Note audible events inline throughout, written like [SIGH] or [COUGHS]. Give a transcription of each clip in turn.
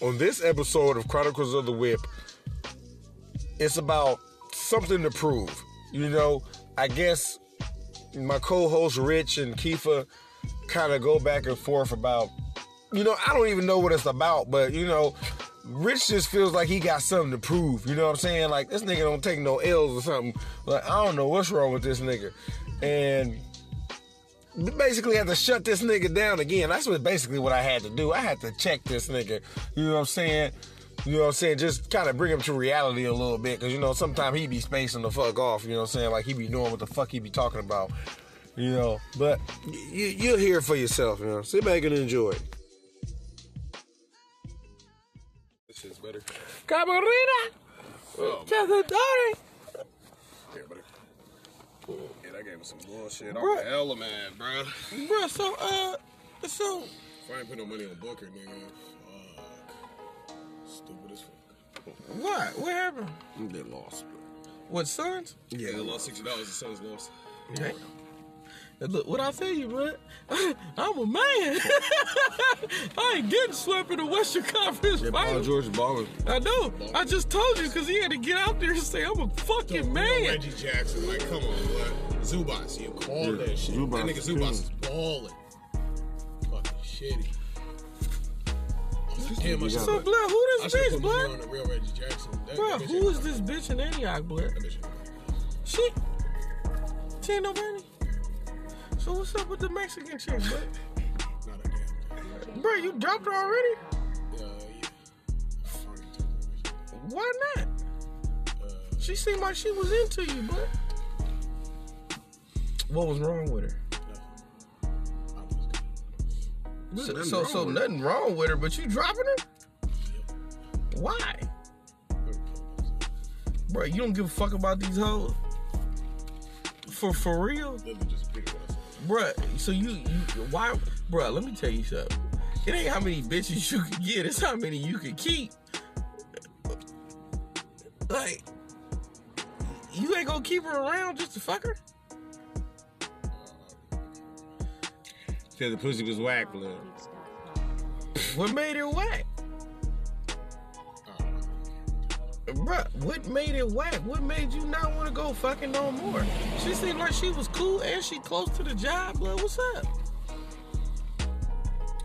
On this episode of Chronicles of the Whip, it's about something to prove. You know, I guess my co-hosts Rich and Kifa kind of go back and forth about, you know, I don't even know what it's about, but you know, Rich just feels like he got something to prove. You know what I'm saying? Like this nigga don't take no L's or something. Like I don't know what's wrong with this nigga, and we basically had to shut this nigga down again. That's what basically what I had to do. I had to check this nigga. You know what I'm saying? You know what I'm saying? Just kind of bring him to reality a little bit, cause you know sometimes he be spacing the fuck off. You know what I'm saying? Like he be knowing what the fuck he be talking about. You know, but y- you, you'll hear it for yourself. You know, sit back and enjoy. it. This shit's better. Camarina, Oh, Chazadori. here, buddy. Yeah, that gave us some bullshit. I'm an element, bro. If Bro, so uh, so I ain't put no money on Booker, nigga, fuck. Stupid as fuck. what? What happened? They lost, bro. What sons? Yeah, they lost $60. The Suns lost. Hey. Look, what I tell you, bud? [LAUGHS] I'm a man. [LAUGHS] I ain't getting swept in the Western Conference Paul Finals. George balling. I know. I just told you because he had to get out there and say, I'm a fucking man. Reggie Jackson, like, come on, bud. Zubas, you called that shit. Zubas that nigga is Zubas killing. is balling. Fucking shitty. Damn, I So, should put, blood, who I this should bitch, put money on blood? the real Reggie Jackson. That, Bro, that bitch who ain't is this bitch in Antioch, blood? that bitch ain't- She, she ain't no money. So what's up with the Mexican chick, blood? Not a damn thing. Bro, you dropped her already? Uh, yeah. I fucking took that Why not? bitch. Uh, She seemed like she was into you, blood. What was wrong with her? I was good. So, so, so nothing wrong with her, but you dropping her? Why? Bro, you don't give a fuck about these hoes. For for real, Literally just repeated what I said. Bruh, So you, you why, Bruh, Let me tell you something. It ain't how many bitches you can get; it's how many you can keep. Like, you ain't gonna keep her around just to fuck her. Said the pussy was whack, [LAUGHS] blood. What made it whack? Bruh, what made it whack? What made you not want to go fucking no more? She seemed like she was cool and she close to the job. Like, what's up?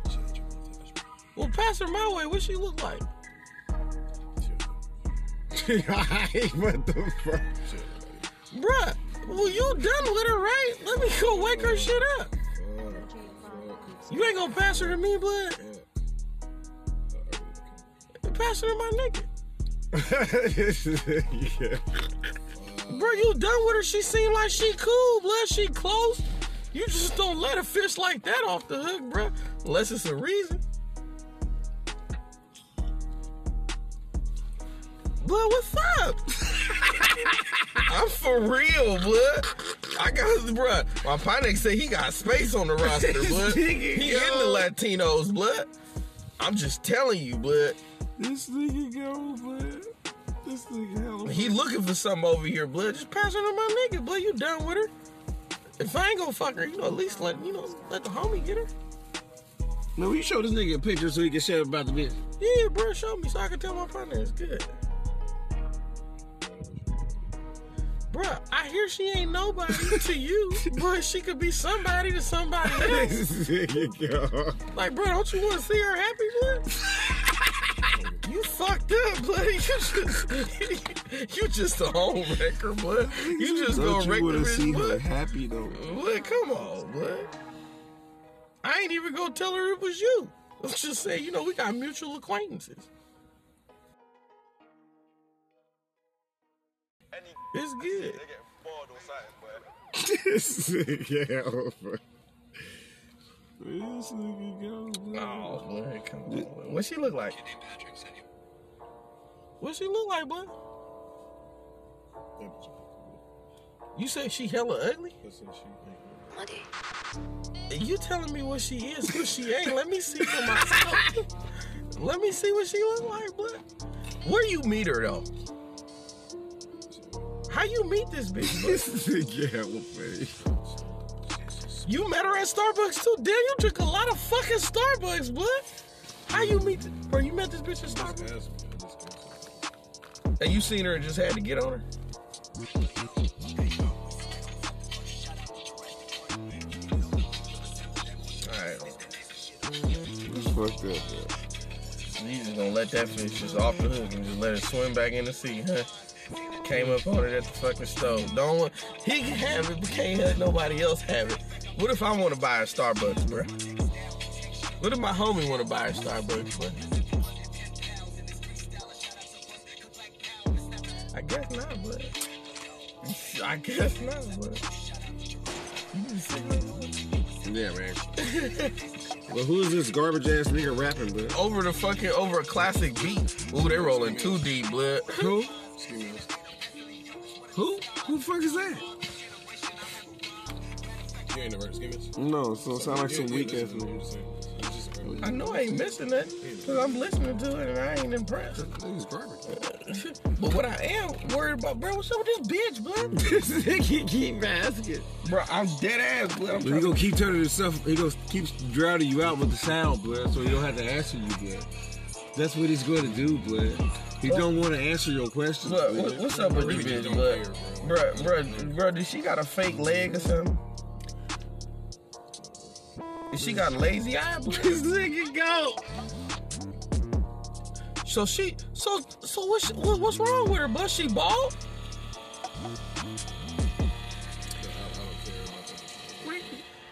She ain't your mother, that's right. Well, pass her my way. What she look like? She ain't- what the fuck? she ain't nobody. Bruh, well, you done with her, right? Let me go wake her shit up. You ain't gonna pass her to me, blood. Pass her to my nigga. yeah. Bro, you done with her. She seemed like she cool, blood. She close. You just don't let a fish like that off the hook, bruh. Unless it's a reason. Blood, what's up? [LAUGHS] I'm for real, blood. I got, bruh. My Pinex said he got space on the roster, blood. He in the Latinos, blood. I'm just telling you, blood. This nigga go, blood. This nigga hella. He looking for something over here, blood. Just pass her to my nigga, blood. You done with her? If I ain't gonna fuck her, you know, at least let you know, let the homie get her. No, will you show this nigga a picture so he can share about the bitch? Yeah, bro, show me so I can tell my partner it's good. Bruh, I hear she ain't nobody to you, but she could be somebody to somebody else. This nigga go. Like, bro, don't you want to see her happy, blood? You fucked up, blood. [LAUGHS] You just, you just a home wrecker, blood. You just Don't gonna wreck you the wanna bitch, see her blood. happy though? Blood, come on, blood. I ain't even gonna tell her it was you. [LAUGHS] I'm just saying, you know, we got mutual acquaintances. It's good. This nigga over. This nigga go, blood. Oh, blood, come on. Blood. What she look like? What she look like, blood? That bitch ain't- You said she hella ugly? listen, she ain't- You telling me what she is, who she ain't. Let me see for myself. Let me see what she look like, but where you meet her though? How you meet this bitch? bud? This nigga over. you met her at Starbucks too. Damn, you took a lot of fucking Starbucks, blood. How you meet, th- bro? You met this bitch at Starbucks, That's- and you seen her and just had to get on her. All right, This fucked up, bro. you just gonna let that fish just off the hook and just let it swim back in the sea, huh? Came up on it at the fucking stove. Don't want, he can have it, but can't let nobody else have it. What if I want to buy a Starbucks, bro? What if my homie want to buy a Starbucks, bro? I guess not, but I guess not, but you just sitting there Yeah, man. well, who is this garbage ass nigga rapping, bro? over the fucking over a classic beat. Ooh, they rolling too deep, blood. [LAUGHS] Who? Excuse me. Who? Who the fuck is that? You ain't never heard of Skimmins? No, so it sound like some weak ass I'm nigga. just saying. It's just a I know I ain't missing that because I'm listening to it and I ain't impressed. [LAUGHS] Nigga's garbage. But what I am worried about, bro, what's up with this bitch, bro? [LAUGHS] this nigga keep asking. bro, I'm dead ass, bro. I'm But he trying to- gonna keep turning himself. He gonna keep drowning you out with the sound, blood. So he don't have to answer you, blood. That's what he's gonna do, blood. He don't want to answer your questions. Look, blood. what, what's up with really this don't care, bitch, bro? Bro, bro, bro, did she got a fake leg or something? Did She got lazy eye, [LAUGHS] bro. This nigga go. So she, so, so what's, what, what's wrong with her? But she bald?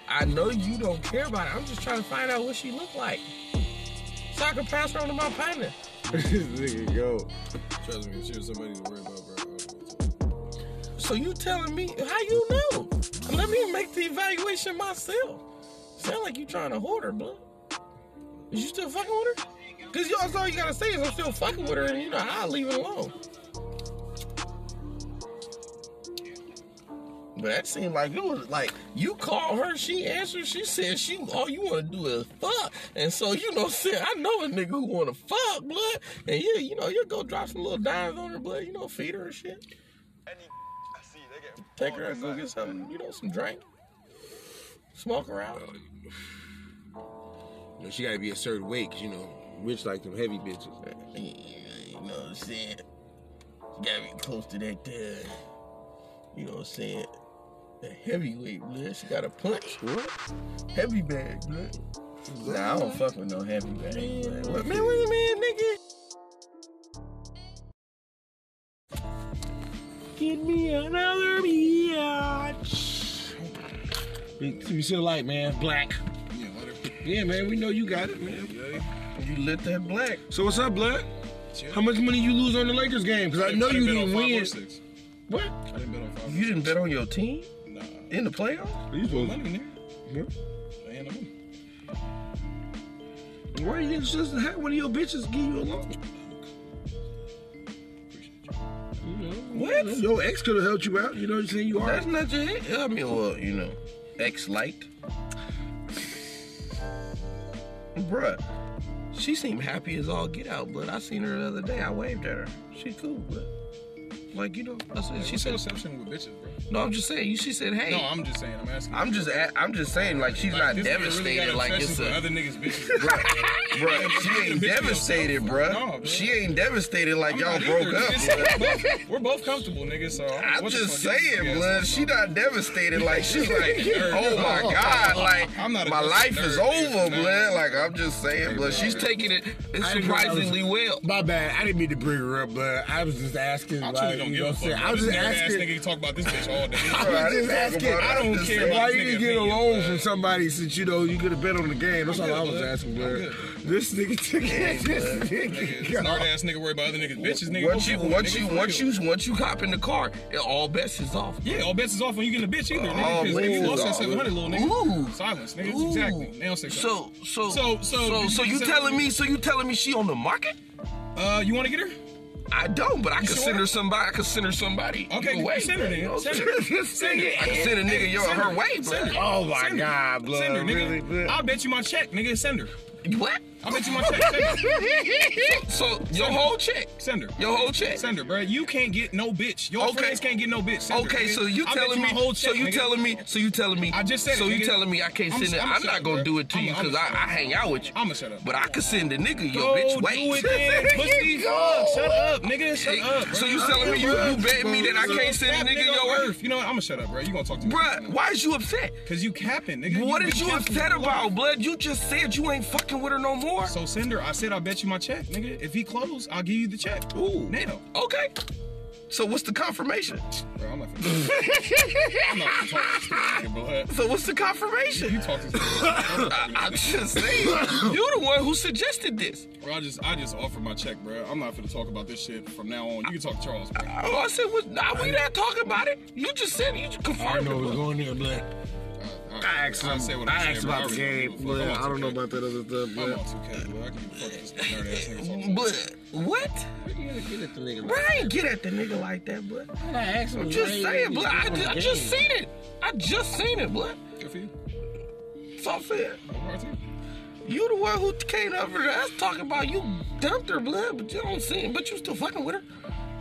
I know you don't care about it. I'm just trying to find out what she look like. So I can pass her on to my partner. this [LAUGHS] nigga go. Trust me, if she was somebody to worry about, bro. I would've been too. So you telling me how you know? Let me make the evaluation myself. Sound like you trying to hoard her, bro. Is you still fucking with her? Cause you that's all you gotta say is I'm still fucking with her and you know I'll leave it alone. But that seemed like it was like you called her, she answered, she said she all you wanna do is fuck. And so you know said I know a nigga who wanna fuck, blood. And yeah, you know, you'll go drop some little dimes on her, blood, you know, feed her and shit. Take her out, go get something, you know, some drink. Smoke around. You know, she gotta be a certain weight, 'cause, you know, rich like them heavy bitches. You know what I'm saying? You gotta be close to that there. You know what I'm saying? That heavyweight blood. She got a punch. What? Heavy bag blood. Nah, I don't fuck with no heavy bag blood. What- Man, what you mean, nigga? Give me another biatch. Big see the light, man. Black. Yeah, let her. Yeah, man. We know you got it, man. Yeah, You lit that black. So what's up, blood? Chill. How much money you lose on the Lakers game? Because I know you been didn't on five or win. six. What? I didn't bet on five. You didn't bet on your team Nah. in the playoffs? You supposed- Money, nigga. I ain't no money. Why you didn't just have one of your bitches give you a loan? What? Your ex could have helped you out. You know what I'm saying? You are. That's not your head. I mean, well, you know, ex light. Bruh, she seemed happy as all get out, but I seen her the other day. I waved at her. She cool, but like you know, I said she What's your said. obsession with bitches, bro? No, I'm just saying. You, she said, hey. No, I'm just saying. I'm asking. I'm just, a- I'm just saying, like she's not Like, this nigga really devastated. got like obsessions it's with a, other niggas' bitches. bro. bruh, you she ain't bitch yourself. devastated, bruh. No, bruh. She ain't devastated like I'm y'all not broke either, up. nigga. bruh. We're both comfortable, [LAUGHS] nigga. So I'm what the just fuck, this saying, nigga blood. ass She fuck. not devastated. Like she's like, [LAUGHS] Nerd. oh my god, like [LAUGHS] I'm not a my nerd. life is Nerd. over, Nerd. blood. Like I'm just saying, blood. She's taking it surprisingly [LAUGHS] well. My bad. I didn't mean to bring her up, but I was just asking. I truly like, don't you give know what a I'm fuck. saying? bro. I was This just nigga ass asking. nigga talk about this bitch [LAUGHS] all I day. was I didn't just talk asking. about it. I I don't don't care. Why about you this didn't nigga get a opinion, loan bro. from somebody since you know you could have bet on the game? That's all I was good, bud. asking, I'm bro. good. This nigga took it. This Nigga, nigga. Smart go. ass nigga worry about other niggas' bitches, nigga. Once Go you, fuck with once niggas, you, for once real. you, once you hop in the car, it all bets is off. Yeah, all bets is off when you get in a bitch either, All nigga. Because bets nigga is lost that off. 700, little nigga. Oh, Ooh. Silence, nigga. Ooh. Exactly. They don't say So, so, So- so so, did so you you say- telling me? So you telling me she on the market? Uh, you want to get her? I don't, but I could send sure? her somebody. I could send her somebody. Okay, either way. send her then. Send [LAUGHS] her. This nigga- I could send a nigga your her way, bro. Send her. Oh my Send her. God, blood. Send her, Really, nigga. blood. I'll bet you my check, nigga. Send her. What? I bet you my check. Send [LAUGHS] her. So your whole check, Send her. your whole check. Send her, bro. You can't get no bitch. Your Okay. friends can't get no bitch. Send her, Okay, nigga. so you I bet telling my me? whole so check, you nigga. telling me? So you telling me? I just said it, So you nigga. telling me I can't I'm send it? shut- I'm I'm shut not up, gonna bro. do it to I'm- you I'm because I, shut up. I hang out with you. I'ma shut up. But I could send the nigga your Go bitch. do Wait. [LAUGHS] it then, pussy. Fuck, Shut up, nigga. Shut up. Bro. So you telling me you, you bet me that I can't Cap send a nigga on your earth. You know what? I'ma shut up, bro. You gonna talk to me? Bruh, why is you upset? Cause you capping, nigga. What been is you capping upset for a while. about, blood? You just said you ain't fucking with her no more. So Cinder, I said I bet you my check, nigga. If he close, I'll give you the check. Ooh. Now. Okay. So what's the confirmation? Bro, I'm not finna. [LAUGHS] I'm not finna talk to this nigga, blood. So what's the confirmation? You talk to this nigga. [LAUGHS] I'm not I, finna- I'm just saying, you're the one who suggested this. Bro, I just I just offered my check, bro. I'm not finna talk about this shit from now on. You can talk to Charles, bro. Oh, I said, what, nah, we not talking about it. You just said you just I confirmed don't know it. what's bro. going there, black. I asked him- said what I said, asked bro. about the really game, don't give a but fuck. I'm I on don't know 2K. about that other stuff, I'm but on 2K, bro. I can give a fuck if this nerd ass nigga [LAUGHS] talking. But what? get at the nigga. Bro, I ain't get at the nigga like that, but I asked him. I'm just saying, but I, ju- I just seen it. I just seen it, but Good for you. so I said, All right, too. you the one who came over to us talking about you dumped her blood, but you don't see it, but you still fucking with her.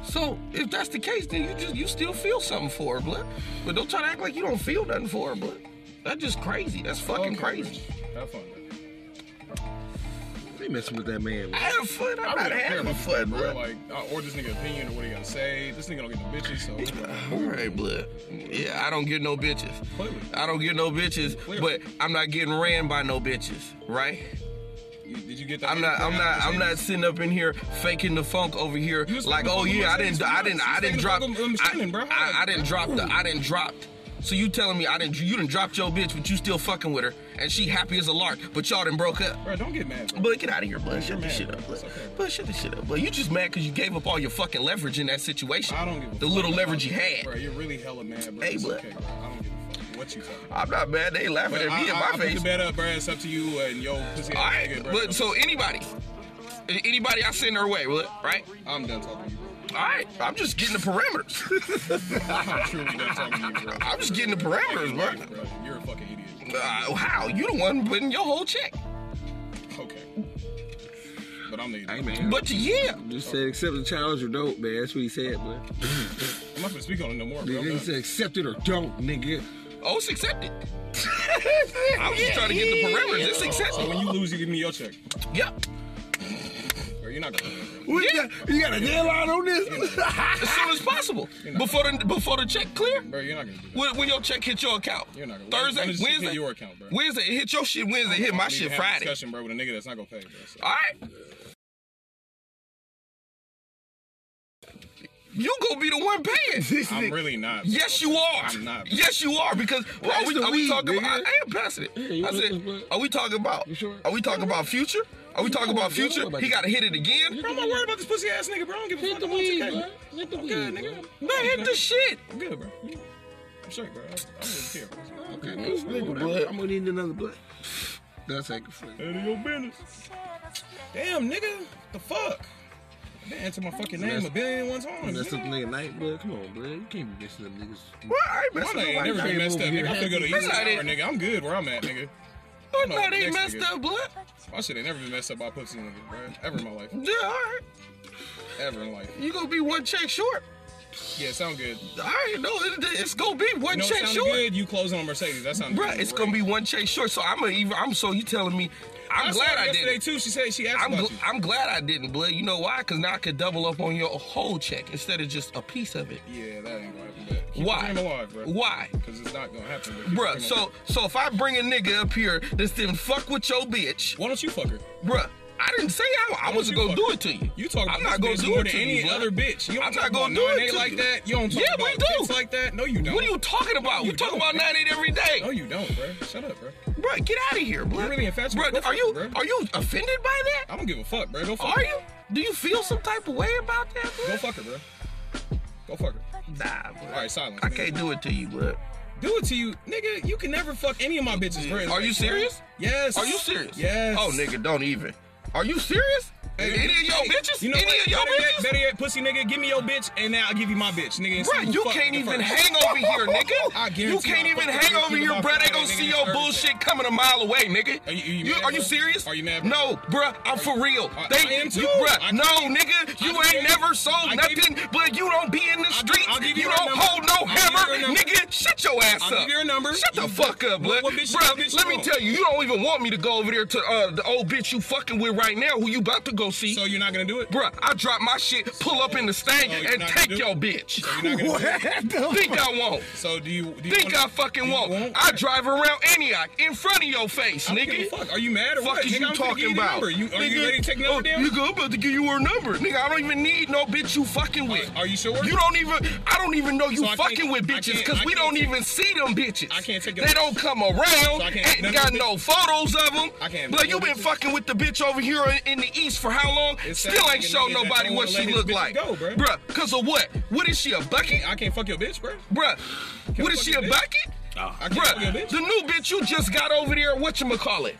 So if that's the case, then you just you still feel something for her, blood. But don't try to act like you don't feel nothing for her, blood. That's just crazy. That's fucking Okay, crazy. bro. Have fun, bro. They messing with that man. I had fun. I'm I not really don't care having about fun, this nigga, bro. blood. Like, I order this nigga opinion or what he gotta say. This nigga don't get no bitches, so it [LAUGHS] don't matter. All right, blood. Yeah, I don't get no bitches. Clearly. I don't get no bitches, but I'm not getting ran by no bitches, right? You- did you get that? I'm not, I'm not, I'm not sitting up in here faking the funk over here, You was like, faking oh the funk yeah, I on didn't, Shannon. I didn't, You I was didn't faking drop, the funk on Shannon, bro. I, I, I didn't drop the, I didn't drop. So you telling me I didn't, you didn't dropped your bitch, but you still fucking with her, and she happy as a lark, but y'all done broke up. Bro, don't get mad, bro. But get out of here, bud. Shut you're this mad, shit bro. up, bud. It's okay, bro. Bud, shut this shit up, bud. You just mad because you gave up all your fucking leverage in that situation. I don't give a The fuck little about leverage you this, had. Bro, you're really hella mad, bro. Hey, it's bro. okay, bro. I don't give a fuck what you talking about. I'm not mad. They laughing But at I, me in I, my I pick face. the bet up, bro. It's up to you and yo pussy All ass right, nigga, bro. but so anybody, a- anybody I send her away, will it? right? I'm done talking to you. All right, I'm just getting the parameters. I'm truly done talking to you, bro. [LAUGHS] I'm just getting the parameters, bro. Bro, you're a fucking idiot. Uh, how? You the one putting your whole check? Okay. But I'm the idiot. Hey I'm man. But yeah, You said accept the challenge or don't, man. That's what he said, man. not gonna speak on it no more, bro. Nigga, I'm he done. said accept it or don't, nigga. oh, it's accepted. [LAUGHS] I'm just trying to get the parameters. It's So accepted. when you lose, you give me your check. Yep. Bro, you're not gonna do that, bro. What you, got, you got a deadline on this? As soon as possible. Before the before the check clear. Bro, you're not gonna do that. When, when your check hit your account. You're not gonna- Thursday, when does it hit Wednesday, your account, bro? Wednesday, it hit your shit. Wednesday, it hit my We need to shit. have a Friday. discussion, bro, with a nigga that's not gonna pay, bro. So. All right. You gonna be the one paying. I'm really not. bro. Yes, you are. I'm not. bro. Yes, you are. Because well, are Pass we, the are we weed, talking nigga. about? I am passing it. Yeah, you I want said, this, bud? are we talking about? You sure? Are we talking about future? Are we talking about Yeah, I'm future? about He to- got to hit it again. Bro, I'm not worried about this pussy ass nigga, bro. I don't give a fuck. Hit the I'm [LAUGHS] on weed, 2K, bro. bro. Hit the I'm weed, good, bro. nigga. No, hit the shit. I'm good, bro. I'm straight, bro. I, I wouldn't care. bro. Okay, man. I'm gonna need another blood. That's like a friend. None of your business. Damn, nigga. The fuck? I didn't answer my fucking name a billion one times. Messed up nigga. nigga night, blood. Come on, blood. You can't be messing up niggas. Well, I ain't My messing name up ain't never like been that. messed up, nigga. I'm finna go to That's East how it Tower, is. nigga. I'm good where I'm at, nigga. Oh, No, no, they ain't next messed nigga. up, blood. My shit ain't never been messed up by pussy nigga, bro. Ever in my life. Yeah, all right. Ever in life. You gonna be one check short. Yeah, sound good. All right, no, it, it's gonna be one You know, check it sounded short. good. You closing on Mercedes. That sounded Bruh, good. it's gonna be one chase short. So I'm a even. I'm so you telling me. I'm I saw glad her I yesterday didn't. too. She said she asked I'm, about gl- you. I'm glad I didn't, blood. You know why? Because now I could double up on your whole check instead of just a piece of it. Yeah, that ain't gonna happen. But keep Why? your dream alive, bro. Why? Because it's not gonna happen. But keep your Bruh, dream so alive. so if I bring a nigga up here that's didn't fuck with your bitch, why don't you fuck her? bruh, I didn't say I, I wasn't you gonna do it to you. You talk about I'm not gonna this bitch do more it than to any you, bruh. other bitch. You don't I'm talk not gonna about do it 9A to like you. that. You don't talk Yeah, we about do. dicks like that. No, you don't. What are you talking about? you you talking don't, about 98 every day. No, you don't, bro. Shut up, bro. Bruh, get out of here, bruh. really infatuated Bruh, with are you her, bruh. are you offended by that? I don't give a fuck, bro. Go fuck. Are her. you? Do you feel some type of way about that? Go Bro? fuck her, bro. Go fuck her. Nah, bro. All right, silence. I nigga. can't do it to you, bro. do it to you, nigga. You can never fuck any of my bitches, bro. Are you serious? Yes. Are you serious? Yes. Oh, nigga, don't even. Are you serious? Hey, any of your bitches? You know any what? of your better, bitches? yet, better yet, pussy nigga, give me your bitch, and now I'll give you my bitch, nigga. and see Bruh, who you fuck can't the even first. hang over here, nigga. [LAUGHS] I guarantee you can't I'll even fuck hang with over you here, about bruh. They that, gonna nigga, see this your Thursday. bullshit coming a mile away, nigga. Are you- you mad, are you bruh? serious? Are you mad, bruh? No, bruh. I'm for real. I- They, I am too. You, I bruh, no, gave- nigga. I You gave- ain't never sold I gave- nothing, but you don't be in the I'll give- streets. I'll give you you her don't number. hold I'll no give you hammer, her number. nigga. Shut your ass I'll up. give you her number. Shut the You- fuck up, what- blood. what bitch you- what bitch Bruh, you let me want? tell you, you don't even want me to go over there to uh, the old bitch you fucking with right now, who you about to go see. So you're not gonna do it? Bruh, I drop my shit, pull up in the stain, so you're and not take gonna do your it? bitch. So you're not gonna do [LAUGHS] it? Think I won't. So do you? Do you Think wanna- I fucking you won't. won't? I drive around Antioch in front of your face, I don't give nigga. a fuck. Are you mad or Fuck what? is Nigga, you I'm finna give talking you the about? number. You, are you Nigga, ready to take another uh, damn? Nigga, I'm about to give you her number. Nigga, I don't even need no bitch you fucking with. Are you sure? You don't even. I don't even know you So I can't- fucking with I bitches can't- because I we can't don't take- even see them bitches. I can't take your- They don't come around. So I can't- Ain't none got of them no photos of them. I can't- But you no been bitches. fucking with the bitch over here in, in the east for how long? It's that Still ain't nigga showed nigga that nobody don't what wanna let she his look bitches like, go, bruh. bruh. Cause of what? What is she a bucket? I can't fuck your bitch, bro. Bruh, what is fuck she your a bitch? bucket? I can't fuck your Bruh, bitch. the new bitch you just got over there, whatchamacallit.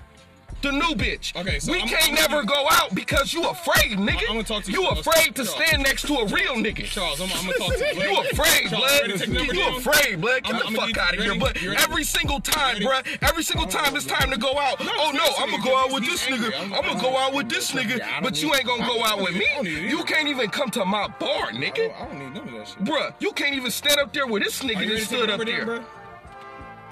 The new bitch. Okay, so we I'm- can't I'm- never go out because you afraid, nigga. I'm gonna talk to you. Charles. afraid to Charles. stand next to a real nigga. Charles, I'm, I'm gonna talk to you. [LAUGHS] You afraid, Charles, blood. ready to take number You down? afraid, blood. Get I'm- the I'ma fuck get- out of you here. ready? But You ready? every single time, Ready? Oh, bruh. Every single time it's time to go out. oh no, seriously, I'm gonna go out he's- with he's this nigga. angry. I'm- I'm gonna I'm- go out with this I nigga. don't But you need- ain't gonna I go don't out with need- I don't need me. it You either. can't even come to my bar, I nigga. don't, I don't need none of that shit. Bruh, you can't even stand up there with this Are nigga you that ready to take stood up number there. down, bro?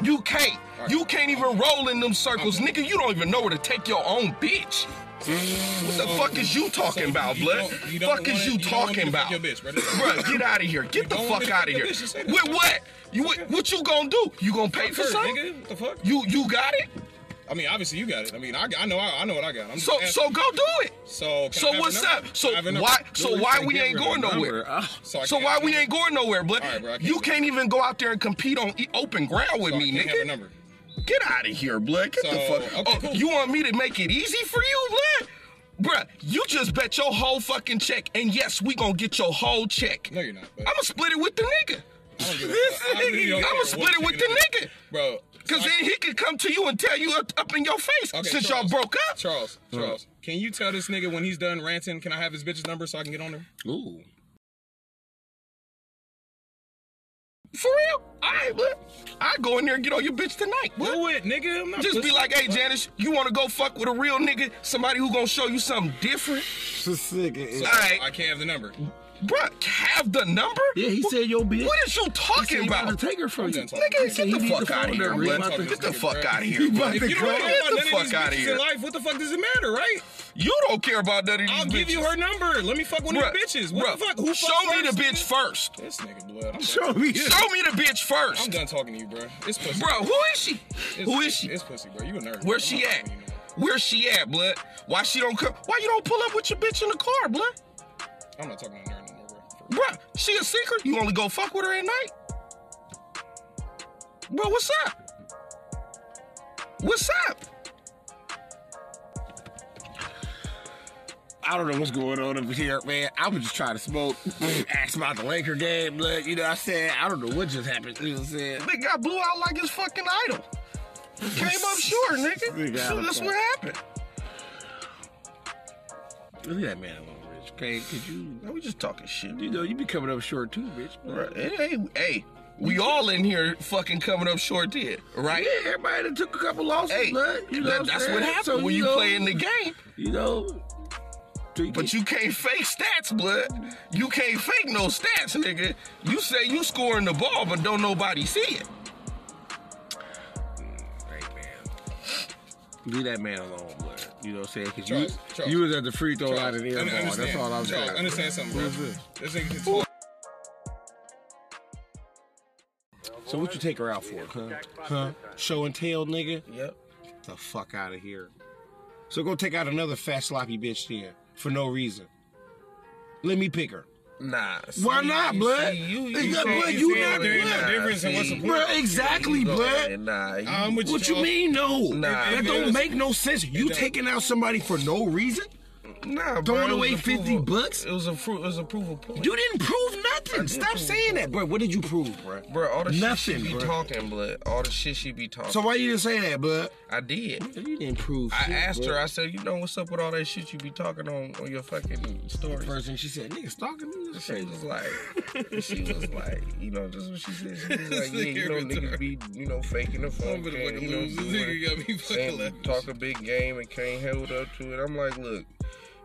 You can't. You can't even roll in them circles, nigga. You don't even know where to take your own bitch. What the fuck is you talking about, you blood? don't- you don't Fuck is wanna- you you don't want me talking to about? fuck your bitch, brother. [LAUGHS] Bruh, get out of here. Get the don't want fuck me to out fuck of your here. bitch, just say that. With what? You what, what you gonna do? You gonna pay for Sure, something? nigga. What the fuck? You you got it? I mean, obviously you got it. I mean, I, I know I, I know what I got. I'm just So asking. so go do it. so. can I So have what's a number? up? So Can I have a number? why so Really why can't we give ain't her going the nowhere? number. I- Oh, I So can't why have we a ain't going nowhere, blood? All right, bro, I can't you do can't even go out there and compete on e- open ground with number? So me, I can't nigga. Have a number. Get out of here, blood. Get the So, fuck. okay, oh, cool. You want me to make it easy for you, blood? Bruh, you just bet your whole fucking check, and yes, we gonna get your whole check. No, you're not. But I'ma split it with the nigga. [LAUGHS] don't give a fuck. I really don't I'ma care split what it with nigga the do. nigga. bro. Cause so I- then he could come to you and tell you up, up in your face Okay, since Charles, y'all broke up. Charles, Charles, can you tell this nigga when he's done ranting? Can I have his bitch's number so I can get on there? Ooh. For real? Alright, blood. I go in there and get on your bitch tonight. blood. Do it, nigga. I'm not Just be pussy. like, hey Janice, you wanna go fuck with a real nigga? Somebody who gonna show you something different? Just [LAUGHS] sick. and- So, Alright. I can't have the number. Bruh, have the number? Yeah, he said your bitch. What is you He said talking he about? to take her from you. done talking. Nigga, get said the he need fuck the out of phone here, number. He blood. about to Get the fuck fuck it, out of bruh. here, blood. about to If you don't Girl, care get about the none of fuck these outta bitches here. in life, what the fuck does it matter, right? You don't care about none of these I'll bitches. give you her number. Let me fuck with Bruh, these bitches. What the bruh, fuck? Who show fucked me the bitch first. first, nigga? This nigga blood. I'm Show done. me. Show me the bitch I'm first. done talking to you, bro. It's pussy. Bro, who is she? It's- Who is she? It's pussy, bro. You a nerd. Where bruh. she I'm not at? talking to you no more. Where she at, blood? Why she don't come? Why you don't pull up with your bitch in the car, blood? I'm not talking to a nerd no more, bro. Bruh, she a secret? You only go fuck with her at night? Bro, what's up? What's up? I don't know what's going on over here, man. I was just trying to smoke. Asked about the Laker game, but you know, I said I don't know what just happened. You know what I'm saying? They got blew out like his fucking idol. Came up short, nigga. [LAUGHS] Nigga, I So don't that's know. what happened. Leave that man alone, Rich. Okay, could you? No, we just talking shit. You know, you be coming up short too, Rich. Right. Hey, hey, we all in here fucking coming up short did, right? Yeah, everybody that took a couple losses, Hey, blood. You know, that- I'm that's saying? what happens So, when you know, play in the game. You know, three But you can't fake stats, blood. You can't fake no stats, nigga. You say you scoring the ball, but don't nobody see it. Right, man. Leave that man alone, blood. You know what I'm saying? Because you, Charles, Charles, you was at the free throw line and air ball. Un- That's understand. all I'm Charles, saying. understand something, bro. Who's this? This nigga can talk. So what you take her out for, huh? Huh? Show and tell, nigga. Yep. the fuck out of here. So go take out another fat sloppy bitch then for no reason. Let me pick her. Nah. Why see, not, you blood? see, you, Is that say- blood? you You say not there ain't blood. No difference in what's See. important. Bro, exactly, blood. Nah. You, I'm with What you Charles. mean no? Nah. that It don't does. make no sense. You don't. taking out somebody for no reason? Nah, Throwing bro, it was away a proof 50 of- bucks? It was a proof. It was a proof of point. You didn't prove nothing. Stop saying that, bro. What did you prove, bro? Bro, all the shit Nothing, she be bro. talking, blood. All the shit she be talking. So why you didn't say that, bud? I did. You didn't prove. I shit, asked bro. her. I said, you know what's up with all that shit you be talking on on your fucking stories. First thing she said, "Nigga, stalking me." That's She crazy. was like, she was like, you know, just what she said. [LAUGHS] She was like, yeah, you know, niggas be, you know, faking the phone. I'm gonna game, fucking you know, lose. This doing- nigga got me saying fucking laughing. talk a big game and can't hold up to it. I'm like, look,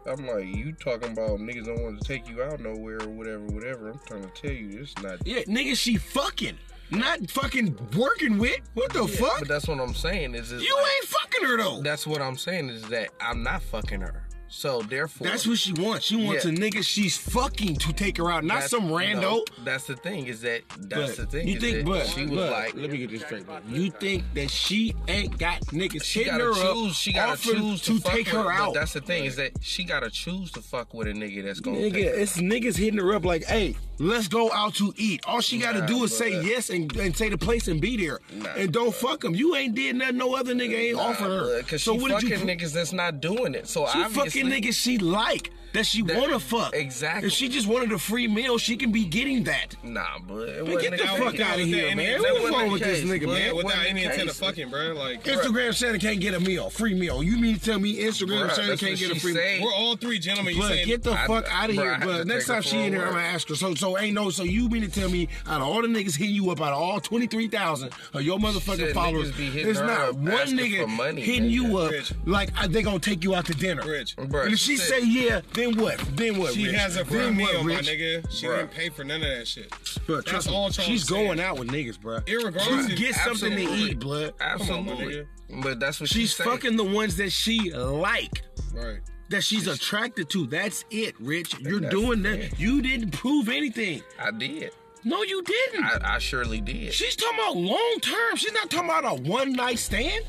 I'm like, you talking about niggas don't want to take you out nowhere or whatever, whatever. I'm trying to tell you, it's not. Yeah, nigga, she fucking, not fucking working with. What the fuck? But that's what I'm saying is, is You like- ain't fucking her though. That's what I'm saying is that I'm not fucking her. So therefore, That's what she wants. She wants Yeah. a nigga she's fucking to take her out, not that's- some rando. no, that's the thing is that that's But the thing. You is think, that but she was but, like, let me get this straight. bro. You think that she ain't got niggas she hitting gotta her choose. up, She gotta offering choose to, to, fuck take with- her but out? That's the thing is that she gotta choose to fuck with a nigga that's gonna. Nigga, take her. it's niggas hitting her up like, hey, let's go out to eat. All she gotta Nah, do is say bruh. yes and, and say the place and be there. and don't fuck him. You ain't did nothing no other nigga ain't offer her. Because so she what did fucking you pro- niggas that's not doing it. So She obviously, fucking niggas she like that she That- wanna fuck. exactly. If she just wanted a free meal, she can be getting that. Nah, but it Man, wasn't get the case. fuck out of here, that man. wasn't What's the wrong with this case, nigga, bro. man? What- Without wasn't any the intent of case. fucking, bro. Like, Instagram Shannon can't get a meal, free meal. You mean to tell me Instagram Bruh, Shannon that's can't what get a she free meal? said. we're all three gentlemen. You But saying get the I- fuck out of bruh, I here. have But to next take her time she in here, for a I'm gonna walk. ask her. So so ain't no. So you mean to tell me out of all the niggas hitting you up, out of all 23,000 of your said motherfucking niggas followers, be hitting it's her not up one asking nigga for money, hitting nigga. you up Rich. like I- they gonna take you out to dinner. Rich. Bruh, and if she she say said- yeah, then what? Then what? She Rich? has a free Then meal, what, oh, my Rich? nigga. She Bruh. didn't pay for none of that shit. But That's trust me, all Charles she's said. going out with niggas, bruh. Irregardless, She gets something to absolutely. eat, blood. Absolutely. Come But that's what She's she fucking the ones that she like. Right. That she's attracted to. That's it, Rich. You're that's doing it. that. You didn't prove anything. I did. No, you didn't. I, I surely did. She's talking about long term. She's not talking about a one night stand.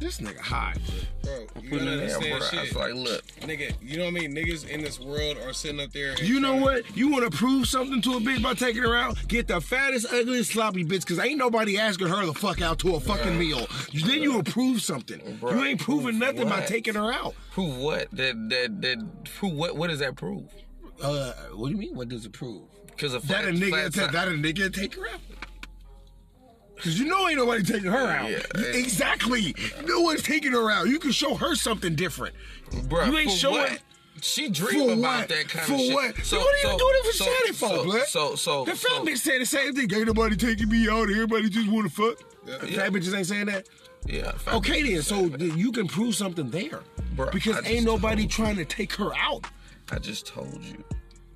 This nigga high. Bro, you Yeah, don't understand bruh. I was shit. like, look, Nigga, you know what I mean? Niggas in this world are sitting up there. and You know trying- what? You want to prove something to a bitch by taking her out? Get the fattest, ugliest, sloppy bitch, cause ain't nobody asking her the fuck out to a fucking meal. Then you will prove something. Bruh, you ain't prove proving nothing by what? taking her out. prove what? That that that prove what? What does that prove? Uh, what do you mean? What does it prove? Because That a nigga ta- that a nigga take her out. Cause you know ain't nobody taking her out. Yeah, You- it- exactly. No one's taking her out. You can show her something different. Bruh, You ain't for showing- what? She dream For about what? that kind For of shit. what? You don't even do that for Shannon for, so, blood. So, so, The fat so- bitch said the same thing. Ain't nobody taking me out. Everybody just want to fuck. The yeah. Fat bitches ain't saying that. Yeah. fat Okay bitch. then, so th- you can prove something there, Bruh, I because just ain't nobody told trying to take her out. I just told you.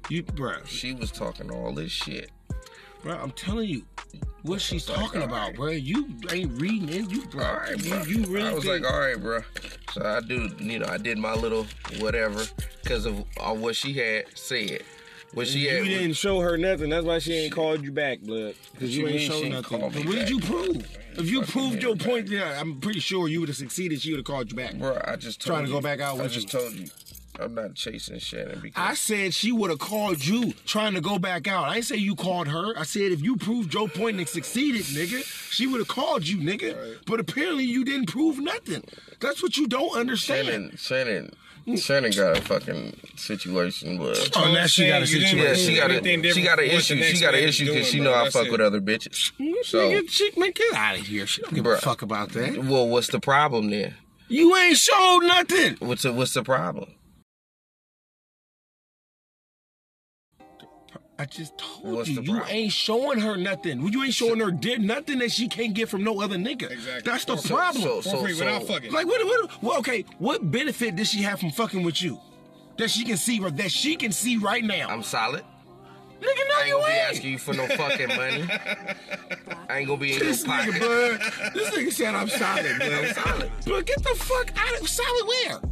You, bruh, She was talking all this shit. bruh, I'm telling you, what she's like, talking about, alright. bruh. You ain't reading it. You, bruh, All right, you- bro. you, really I was think, like, all right, bro. So I do, you know, I did my little whatever because of uh, what she had said. What she had. You didn't show her nothing. That's why she ain't called you back, blood. Because you ain't She mean she show ain't nothing. called But me what did back. you prove? If you Fucking proved your hit point, yeah, I'm pretty sure you would have succeeded. She would have called you back. Bro, I just told Trying to you, go back out I with just you. told you, I'm not chasing Shannon I because said she would have called you trying to go back out. I ain't say you called her. I said if you proved your point and succeeded, nigga, she would have called you, nigga. But apparently you didn't prove nothing. That's what you don't understand. Shannon, Shannon, Shannon got a fucking situation, but. Oh, now she got a You didn't situation. Yeah, she got Everything a different she got an from what the issue. next She got an man issue is because she doing, know bro. I That's fuck it. with other bitches. So, Nigga, she, man, get out of here. She don't give a Bruh. fuck about that. well, what's the problem then? You ain't showed nothing. What's the, what's the problem? I just told What's you, the you problem? ain't showing her nothing. You ain't showing her did nothing that she can't get from no other nigga. Exactly. That's the So- problem. So, For so, free so, without fucking. Like what, what? Well, okay. What benefit does she have from fucking with you? That she can see, or that she can see right now. I'm solid. nigga, no, I ain't you gonna be ain't. asking you for no fucking [LAUGHS] money. I ain't gonna be in your This nigga, pocket. bud. This nigga [LAUGHS] said I'm solid, bud. I'm solid. But get the fuck out of solid where? [LAUGHS]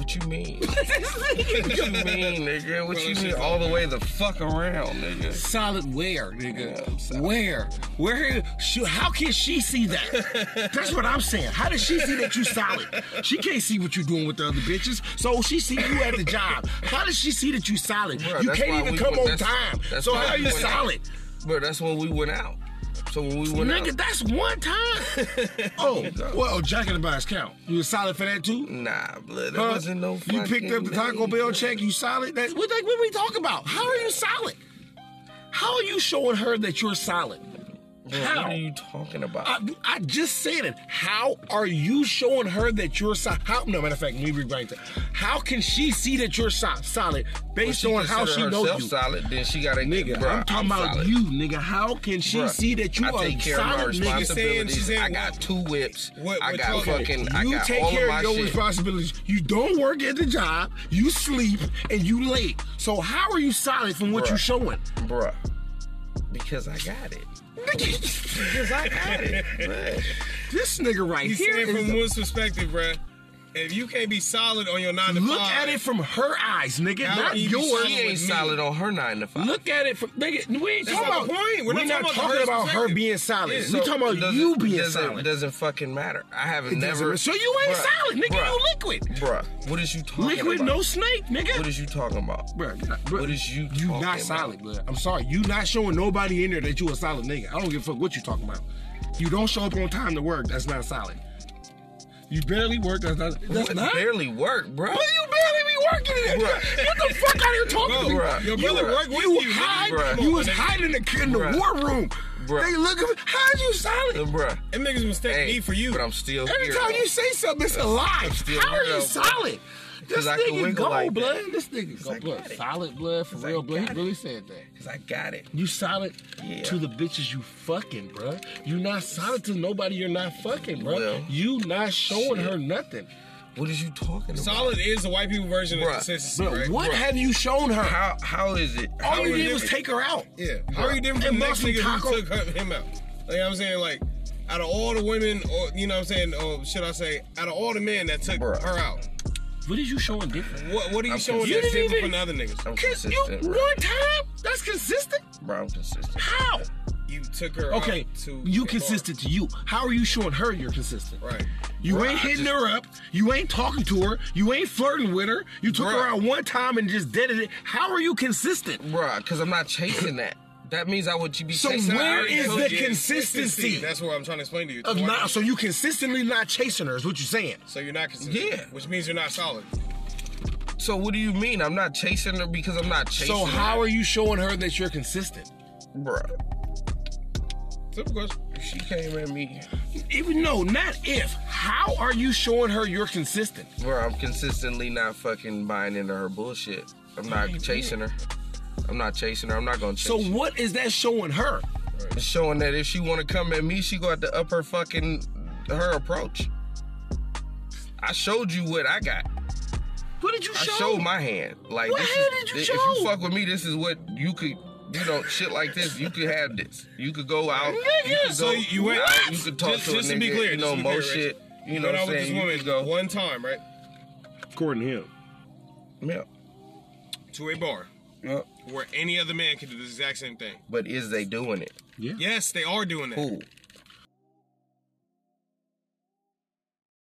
What you mean? This nigga- What you [LAUGHS] mean, nigga? What you this mean shit's all the way the fuck around, nigga? solid where, nigga? Yeah, I'm solid. Where? Where? She, how can she [LAUGHS] see that? That's what I'm saying. How does she see that you solid? She can't see what you doing with the other bitches. So she see you at the job. How does she see that you solid? Bruh, you that's can't why even we come went- on that's- time. that's So why how we you went out. solid? Bro, that's when we went out. So when we went Nigga, that's one time. [LAUGHS] Oh, well, Jack in the Box count. You solid for that too? out, nah, blood, that Huh? wasn't no. you picked up fucking the Taco name. Bell check. You solid? That, what, like, what we talking about? How are you solid? How are you showing her that you're solid? Bro, How? What are you talking about? I, I just said it. How are you showing her that you're solid? How, no, matter of fact, let me rewrite that. How can she see that you're so- solid based She on how consider she knows herself you? solid, then she got a Nigga, Bruh, I'm talking about solid. you, nigga. How can she Bruh, see that you I are take care of my solid, nigga? saying responsibilities. she's in- I got two whips. What- I what got talking? fucking. I you got take all care of, of my your shit. responsibilities. You don't work at the job. You sleep and you late. So how are you solid from what Bruh. you showing? Bruh. Because I got it. Nigga, Because I got [LAUGHS] it. bruh. this nigga right He's here. saying is from the- one's perspective, bruh. If you can't be solid on your nine to look five, at it from her eyes, nigga, How not you yours. She ain't with me. solid on her nine to five. Look at it from nigga. We ain't That's talking not about. the point. We're We're, not not talking talking about the person's about her perspective. being solid. Yeah. we So, talking about doesn't- you being doesn't, solid. Doesn't fucking matter. I have It doesn't never. matter. so you ain't Bruh, solid, nigga. bruh, You liquid. Bruh, what is you talking Liquid, about? no snake, nigga. What is you talking about? Bruh, you're not- bruh, What is you You talking not about? solid, blood. I'm sorry. You not showing nobody in there that you a solid nigga. I don't give a fuck what you talking about. You don't show up on time to work. That's not solid. You barely work. That's not. That's What not. barely work, bruh. What you barely be working in there? Bruh. Get the fuck out of here talking Bro, to me. bruh. your You brother were- work with You you. nigga. hide. Bruh. You was Bruh. hiding in the, in the Bruh. war room. Bruh. They looking. for- How's you solid? Bruh. Bruh. Them niggas mistake Hey, me for you. But I'm still Every here. time though. you say something, it's a lie. still How here, are you though, bruh. solid? This Because I can nigga wiggle go, like that. blood. This nigga I go, got blood. it. Solid, blood. For I real, blood. He got it. really said that. Cause I got it. You solid Yeah. to the bitches you fucking, bruh. You not solid to nobody you're not fucking, bruh. Well, you not showing shit. her nothing. What is you talking about? solid is the white people version of Bruh. consistency, Bruh, right? what have you shown her? How how is it? All how you is did it- was take her out. Yeah. How are you different And from the next Boston nigga Taco- who took her- him out? Like I'm saying, like, out of all the women, or you know what I'm saying, or should I say, out of all the men that took Bruh. her out, What is you showing different? what what are you I'm showing confused. that's You different didn't from the other niggas? I'm Cause you consistent, bro. one time? That's consistent? Bro, I'm consistent. How? You took her Okay, out to you the consistent to you. How are you showing her you're consistent? bar. Right. You Bruh, ain't I hitting just- her up. You ain't talking to her. You ain't flirting with her. You took her Bruh. out one time and just did it. How are you consistent? Bruh, because I'm not chasing that. That means I would be So chasing where I already is told the you. Yeah, consistency. That's what I'm trying to explain to you. Of Why- not, so you consistently not chasing her is what you saying. so you're not consistent. Yeah. Which means you're not solid. So what do you mean? I'm not chasing her because I'm not chasing So how are you showing her that you're consistent? Bruh. Simple question. If she came at me. Even no, not if. How are you showing her you're consistent? Bruh, I'm consistently not fucking buying into her bullshit. I'm not chasing her. I'm not chasing her. I'm not gonna chase So her. what is that showing her? It's showing that if she wanna come at me, she gonna have to up her fucking her approach. I showed you what I got. What did you I show? showed my hand. Like What this hand is, did you if show? you fuck with me, this is what you could. You know, shit like this. You could have this. You could go out. you Nigga, could so go you went- out. You could talk Just- to just a to nigga. be clear, you know, just to be more clear, shit. You know Went what I'm out with saying? this You woman could go. one time, right? According to him. Yeah. To a bar yeah. where any other man could do the exact same thing. But is they doing it? Yes, they are doing that. Who?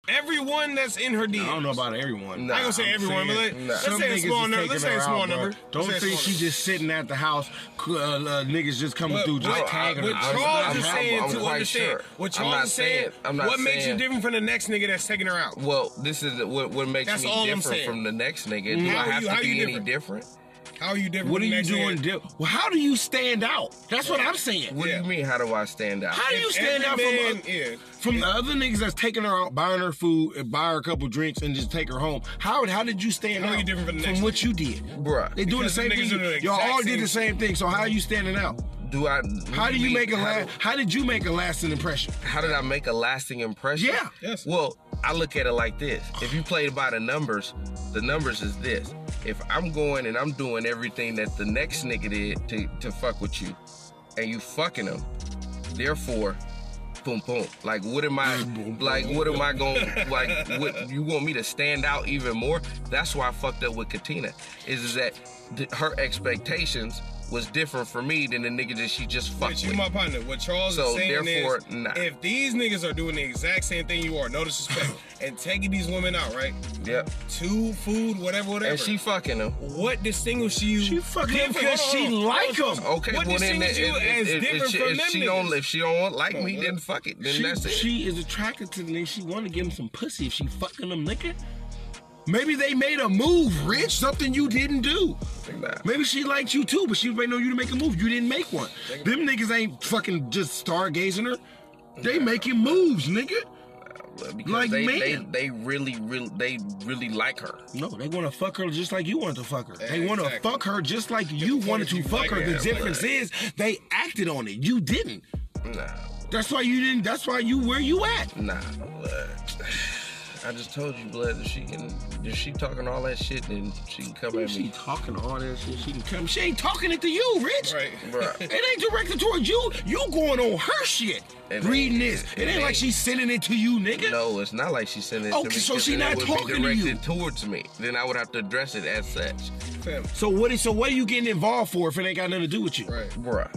Everyone that's in her DMs. I don't know about everyone. Nah, I ain't gonna say I'm everyone, but saying- let, nah. us Some say a niggas small is number. Let's say taking a her small out, bro. number. Don't Let's say a think small she just sitting at the house. Uh, uh, niggas just coming But through, what, just tagging what her. I'm- Charles I'm- is I'm- saying I'm to quite understand, sure. what I'm Charles not is saying, saying- I'm not what makes you saying- different from the next nigga that's taking her out? Well, this is what what makes That's me all I'm different saying. Mm-hmm. from the next nigga. Do How I you- have how to you be any different? How are you different? What are from you the next doing? Nigga? Di- well, how do you stand out? That's what I'm saying. What Yeah. do you mean? How do I stand out? How do you stand Every out man, from yeah. from the other niggas that's taking her out, buying her food, and buy her a couple drinks, and just take her home? How how did you stand How are out you different from the next what you did? Bruh. They doing the Because same the niggas thing. are the Y'all exact all did the same thing. So how are you standing out? Do I? How do you mean? make a How la- do- How did you make a lasting impression? how did I make a lasting impression? Yeah. Yes. Well, I look at it like this. If you played by the numbers, the numbers is this. If I'm going and I'm doing everything that the next nigga did to, to fuck with you, and you fucking him, therefore, boom boom. Like what am I like what am I going like what you want me to stand out even more? That's why I fucked up with Katina. Is, is that th- her expectations was different for me than the nigga that she just But fucked you with. my partner. What Charles So, is saying therefore, is, nah. if these niggas are doing the exact same thing you are, no [LAUGHS] disrespect, and taking these women out, right? Yep. Two food, whatever, whatever. And she fucking him. what distinguishes you? She fucking different- because hold on, she hold on. like him. Okay, What well then, that- distinguishes you if, as if, if, different she, from if them she don't niggas? if she don't like me, on, then fuck it. Then She, that's it. she is attracted to the nigga. She want to give him some pussy if she fucking him, nigga. Maybe they made a move, Rich, something you didn't do. Nah. Maybe she liked you too, but she was waiting on you to make a move. You didn't make one. Them niggas ain't fucking just stargazing her. They making moves, nigga. Because Like, they, they man. they really really they really like her. No, they want to fuck her just like you wanted to fuck her. They want to Exactly. fuck her just like you point wanted is to you fuck like her. her, The but- difference is they acted on it. You didn't. Nah, That's why you didn't. That's why you where you at. nah. Blood. [SIGHS] I just told you, blood. If she can, if she talking all that shit, then she can come at She me. talking all that shit. She can come. She ain't talking it to you, Rich. [LAUGHS] Right. Bruh. It ain't directed towards you. You going on her shit. It reading ain't. this. It, It ain't, like ain't. she's sending it to you, nigga. No, it's not like she sent it to Okay, me. so 'cause she then not it would talking to be you. directed towards me. Then I would have to address it as such, Fam, So what is so what are you getting involved for if it ain't got nothing to do with you? Right. bruh.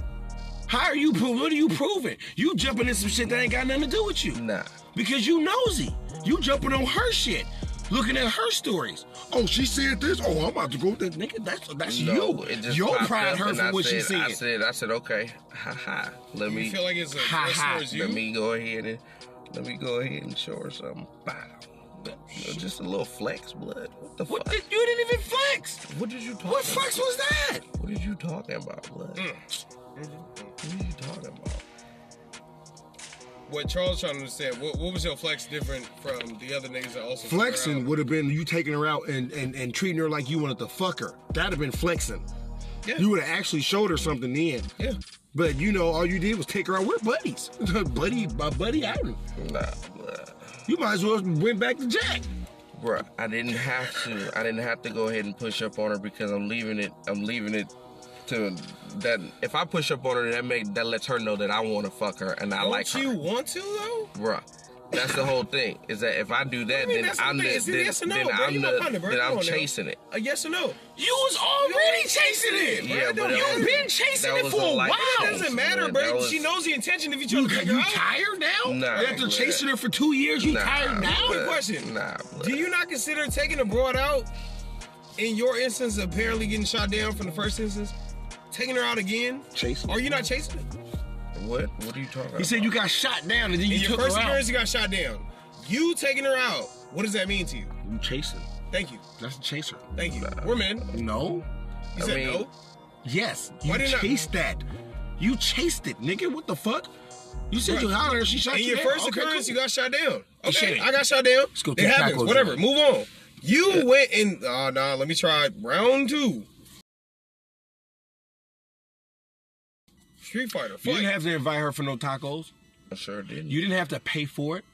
How are you proving? What are you proving? You jumping in some shit that ain't got nothing to do with you. Nah. Because you nosy. You jumping on her shit. Looking at her stories. Oh, she said this. Oh, I'm about to go with that nigga. That's that's No, it you. just Your popped pride up her and for I what she said- I said. said, I said, okay, ha ha. Let you me feel like it's a Ha, dress ha. towards you? let me go ahead and let me go ahead and show her something. Bow. You know, just a little flex, blood. What the What fuck? did, you didn't even flex. what did you talk? What flex was that? What did you talking about, blood? Mm. What are you talking about? What Charles trying to understand? What, what was your flex different from the other niggas that also Flexing Were out? would have been you taking her out and, and, and treating her like you wanted to fuck her. That'd have been flexing. Yeah. You would have actually showed her something then. Yeah. But you know, all you did was take her out. We're buddies. [LAUGHS] buddy, my buddy outing. Nah, blood. You might as well went back to Jack. Bruh, I didn't have to. I didn't have to go ahead and push up on her because I'm leaving it. I'm leaving it to that. If I push up on her, that make that lets her know that I want to fuck her and I Don't like her. you want to though? bruh. That's the whole thing. Is that if I do that, I mean, then that's the I'm thing. the, Is it then, yes or no, then bro? I'm You my the, partner, bro. then Come I'm on now. chasing it. A yes or no? You was already chasing it. Yeah, don't- but you that was- been chasing that it was for a light while. It It chase, doesn't matter, man. That bro. was- she knows the intention if you try You, to figure you out. tired now? Nah, After bruh. chasing her for two years, you Nah, tired now? Quick question. Nah, Do you not consider taking a broad out in your instance of apparently getting shot down from the first instance? Taking her out again? Chasing. Are you not chasing her? what? What are you talking about? You said you got shot down and then you In your took first her out. appearance, you got shot down. You taking her out, what does that mean to you? You chasing. Thank you. That's a chaser. Thank you. We're men. No. You I said mean- no. Yes. You Why didn't I- chased that. You chased it, nigga. What the fuck? You said Bruh. you hollered her. She shot In you. your down. first Okay, occurrence, cool. you got shot down. It's Okay, shit. I got shot down. go it get happens. tacos, Whatever. man. Move on. You went and oh nah, let me try round two. Street Fighter. You Fight. didn't have to invite her for no tacos. I sure did. You didn't have to pay for it.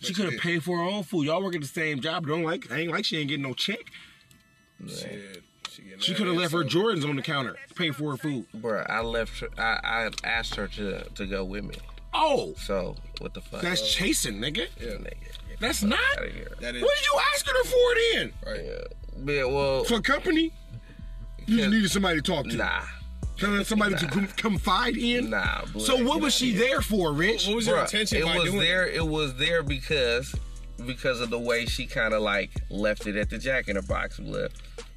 She could But she have did. paid for her own food. Y'all work at the same job. Don't like. ain't like she ain't getting no check. Shit. She, getting She that could have ass left her up. Jordans on the counter. Pay for her food. Bruh, I left. Her, I I asked her to to go with me. Oh, So what the fuck? Oh, that's chasing, nigga. nigga. That's not. Out of here. That is What did you asking her for then? right. Yeah. Yeah. Well. For company? You just needed somebody to talk to. Nah. Tell her somebody to com- confide in. Nah. So blood. what was she there for, Rich? What was your Bruh, intention it by was doing that? there it was there because because of the way she kind of like left it at the jack in the box blood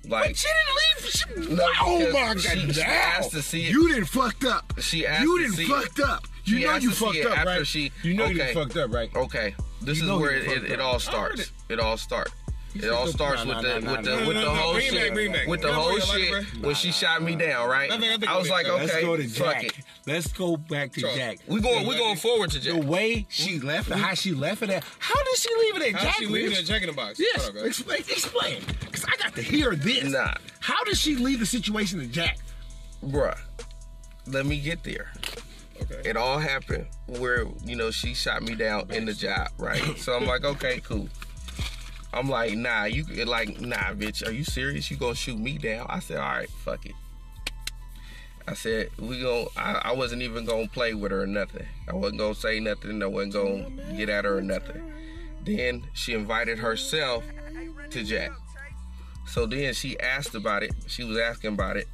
like She didn't leave. She, No, oh because my god! she- she now. asked to see it. You didn't fucked up. She asked You to didn't see it. fucked up. You She know asked you to see fucked it up, after right? she- you know you done okay. fucked up, right? okay this You is know where you it, fucked it, it up. all starts it. it. all starts it all said, starts with nah, nah, the nah, with nah, the with nah. the No, no, no, whole bring it back, bring it shit back. with the Can I whole borrow your lighter, shit when she shot me down right I think- I think I was we- like let's Let's okay go to fuck Jack. it Let's go back to Charles. Jack. we going we going forward to The jack way she left, how she left it at. How did she leave it at How Jack? she leave Rich? that jack in the box? Yes, Hold on, guys. explain, explain. Cause I got to hear this. Nah. How did she leave the situation to Jack? bruh let me get there Okay. it all happened where you know she shot me down in the job, right? So I'm like, okay, cool. I'm like, nah, you like, nah, bitch, are you serious? You gonna shoot me down? I said, all right, fuck it. I said, we gon' I, I wasn't even gonna play with her or nothing. I wasn't gonna say nothing. I wasn't gonna get at her or nothing. Then she invited herself to Jack. So then she asked about it. She was asking about it.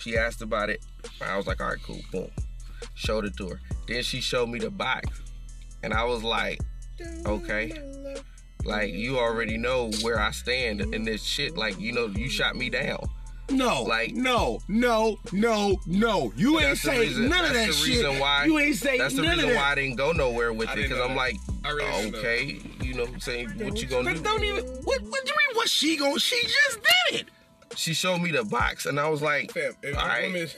She asked about it. I was like, all right, cool, boom. Showed it to her. Then she showed me the box, and I was like, okay. Like you already know where I stand in this shit. Like you know, you shot me down. No, Like- no, no, no, no. You ain't That's the say reason. none of that that's the shit. reason why. you ain't say That's the none of reason that. why I didn't go nowhere with it didn't because know I'm that. like, I really didn't know that. okay, you know, what I'm saying what you gonna But do? don't even. What? What do you mean? What she going? She just did it. She showed me the box, and I was like, Fam, if all right, women,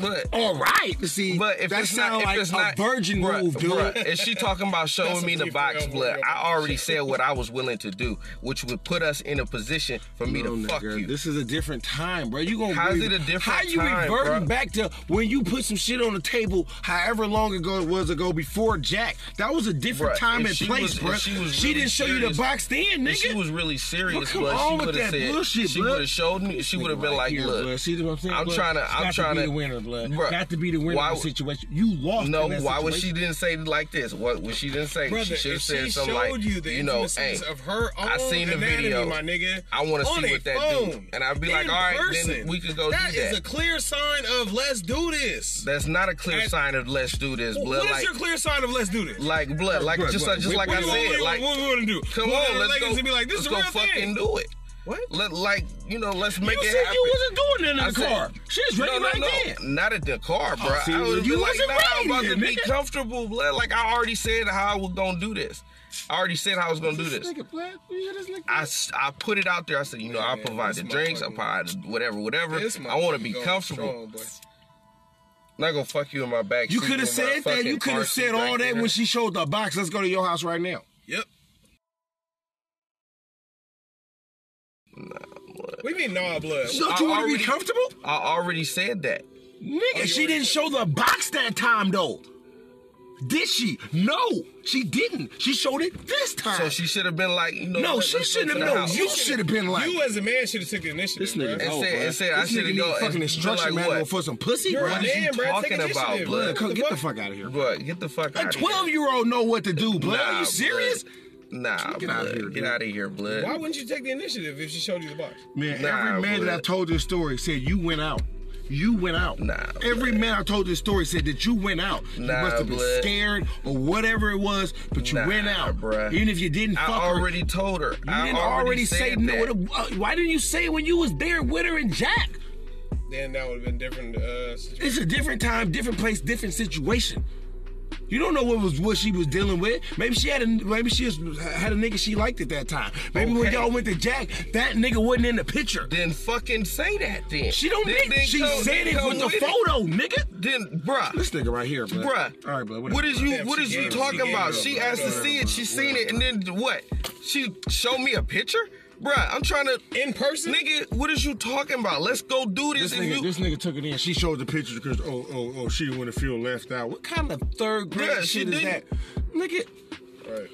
but All right. See, But if that it's sound not, like if it's a not, virgin bruh, move, dude. bruh, Is she talking about That's showing a me the keep box, real, blood? real. I already said what I was willing to do, which would put us in a position for me No, to fuck nigga, you. This is a different time, bro. You gonna How is re- it a different How you time, reverting bruh? back to when you put some shit on the table, however long ago it was ago before Jack? That was a different Bruh, time if and she place, was- if bro. she was really didn't show you the serious- box then, nigga. If she was really serious, come blood, on she with would have that said bullshit, she bruh. would have showed me. She would have been like, here, look, blood. See what I'm saying? I'm blood? trying to, It's I'm got trying to to, be the winner, blood. Bruh, Got to be the winner why of the would- situation. You lost. No, in that why was she situation. didn't say it like this? What was she didn't say? brother, she should if have said she something showed like, you the you know, hey, intricacies of her own I seen the anatomy, video, my nigga. I wanna see on a what that do. phone, And I'd be in like, all right, then person. we could go do That is that. a clear sign of let's do this. that's not a clear At- sign of let's do this, blood. what is like, your clear sign of let's do this? like blood, like Bruh, just bruh, like just we- like what I do you want- said, like what, we want to do? come Go to on, the let's Lakers go, and be like, this let's is a go real fucking thing. do it. What? Let like you know, let's make You it said happen. you wasn't doing nothing in I the said- car. She was ready no, no, right no, there. Oh, not at the car, bro. see, I was you like, wasn't nah, I'm about ready, to be nigga. comfortable, blood. Like I already said how I was gonna do this. I already said how I was gonna do this. Nigga, blood, you hear this nigga? I, s- I put it out there. I said, you know, I man, provide this the drinks, I motherfucker- provide whatever, whatever. This I want motherfucker to be going comfortable. strong, boy. not gonna fuck you in my back. You seat could have with my said that. fucking You could car have seat said all back that there. when she showed the box. Let's go to your house right now. Yep. We mean nah, blood. Don't I you want to be already- comfortable? I already said that. Nigga, she didn't show the box that time though. Did she? No, she didn't. She showed it this time. So she should have been like, you know, no, what, she let's go shouldn't to have. the No, house. you should have been like. You as a man should have took the initiative. this nigga, bruh. And oh, said- bruh. and said I This nigga shoulda need go- and fucking be instruction like, manual what? for some pussy, You're bro. a man, bruh. Take talking about, initiative, blood? bruh. Come What get the fuck? fuck out of here. Bro, get the fuck A out. twelve year old know what to do, blood. Are you serious? Nah, Get outta blood. here, Get dude. out of here, blood. Why wouldn't you take the initiative if she showed you the box? Man, Nah, every man that blood. I told this story said you went out. You went out. Nah, Every blood. man I told this story said that you went out. Nah, you must have been blood. scared or whatever it was, but you Nah, went out, bruh. Even if you didn't I fuck her, already told her. you I didn't already, say said that. no. to- uh, Why didn't you say it when you was there with her and Jack? Then that would have been different. Uh, situation. It's a different time, different place, different situation. You don't know what was what she was dealing with. Maybe she had a maybe she was, had a nigga she liked at that time. Maybe when Okay. y'all went to Jack, that nigga wasn't in the picture. Then fucking say that then. She don't Then- need. then she come- said then it come with the it. photo, nigga. Then, bruh, This nigga right here, bro. bruh. All right, bro. What is you? Damn, What she is you gave- she talking gave about? up, She bruh. asked to see it. She seen it, and then what? She showed me a picture, bruh. I'm trying to. in person, Nigga, what is you talking about? Let's go do this. This if nigga, you, this nigga took it in. She showed the picture because oh, oh, oh, she wouldn't feel left out. What kind of third grade Yeah, she shit is that, didn't. nigga? Right.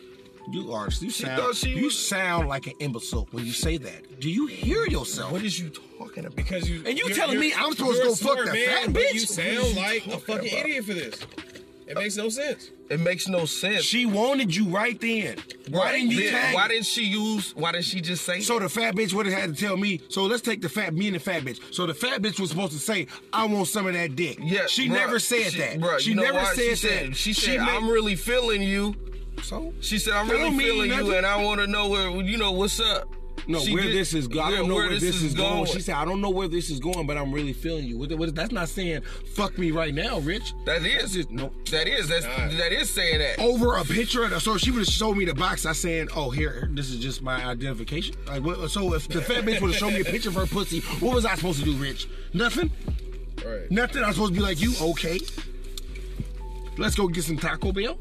You are. You sound. thought she you was- sound like an imbecile when you say that. Do you hear yourself? what is you talking about? because you And you you're- telling me you're- I'm supposed to you're go a fuck smart that man, fat but bitch? You What are sound you like a talking fucking about? idiot for this. It makes no sense. It makes no sense. She wanted you right then. Why Right didn't you then, tag? Why me? didn't she use? Why didn't she just say? so the fat bitch would have had to tell me. So let's take the fat me and the fat bitch. So the fat bitch was supposed to say, "I want some of that dick." yeah, she bruh, never said she- that. bruh, she you know never why? said she that. said, She said, made- "I'm really feeling you." so She said, "I'm That really don't mean feeling you, nothing. and I want to know where you know what's up." No, She where did- this is going. I don't know where, this, is going. She said, I don't know where this is going, but I'm really feeling you. What, what, that's not saying fuck me right now, Rich. "That That's is, just no. that is, that's that is saying that." Over a picture of the, so if she would have showed me the box. I saying, oh here, this is just my identification. Like what, so, if the fat bitch would have showed me a picture of her pussy, what was I supposed to do, Rich? Nothing. Right. Nothing. I'm supposed to be like you. Okay. Let's go get some Taco Bell.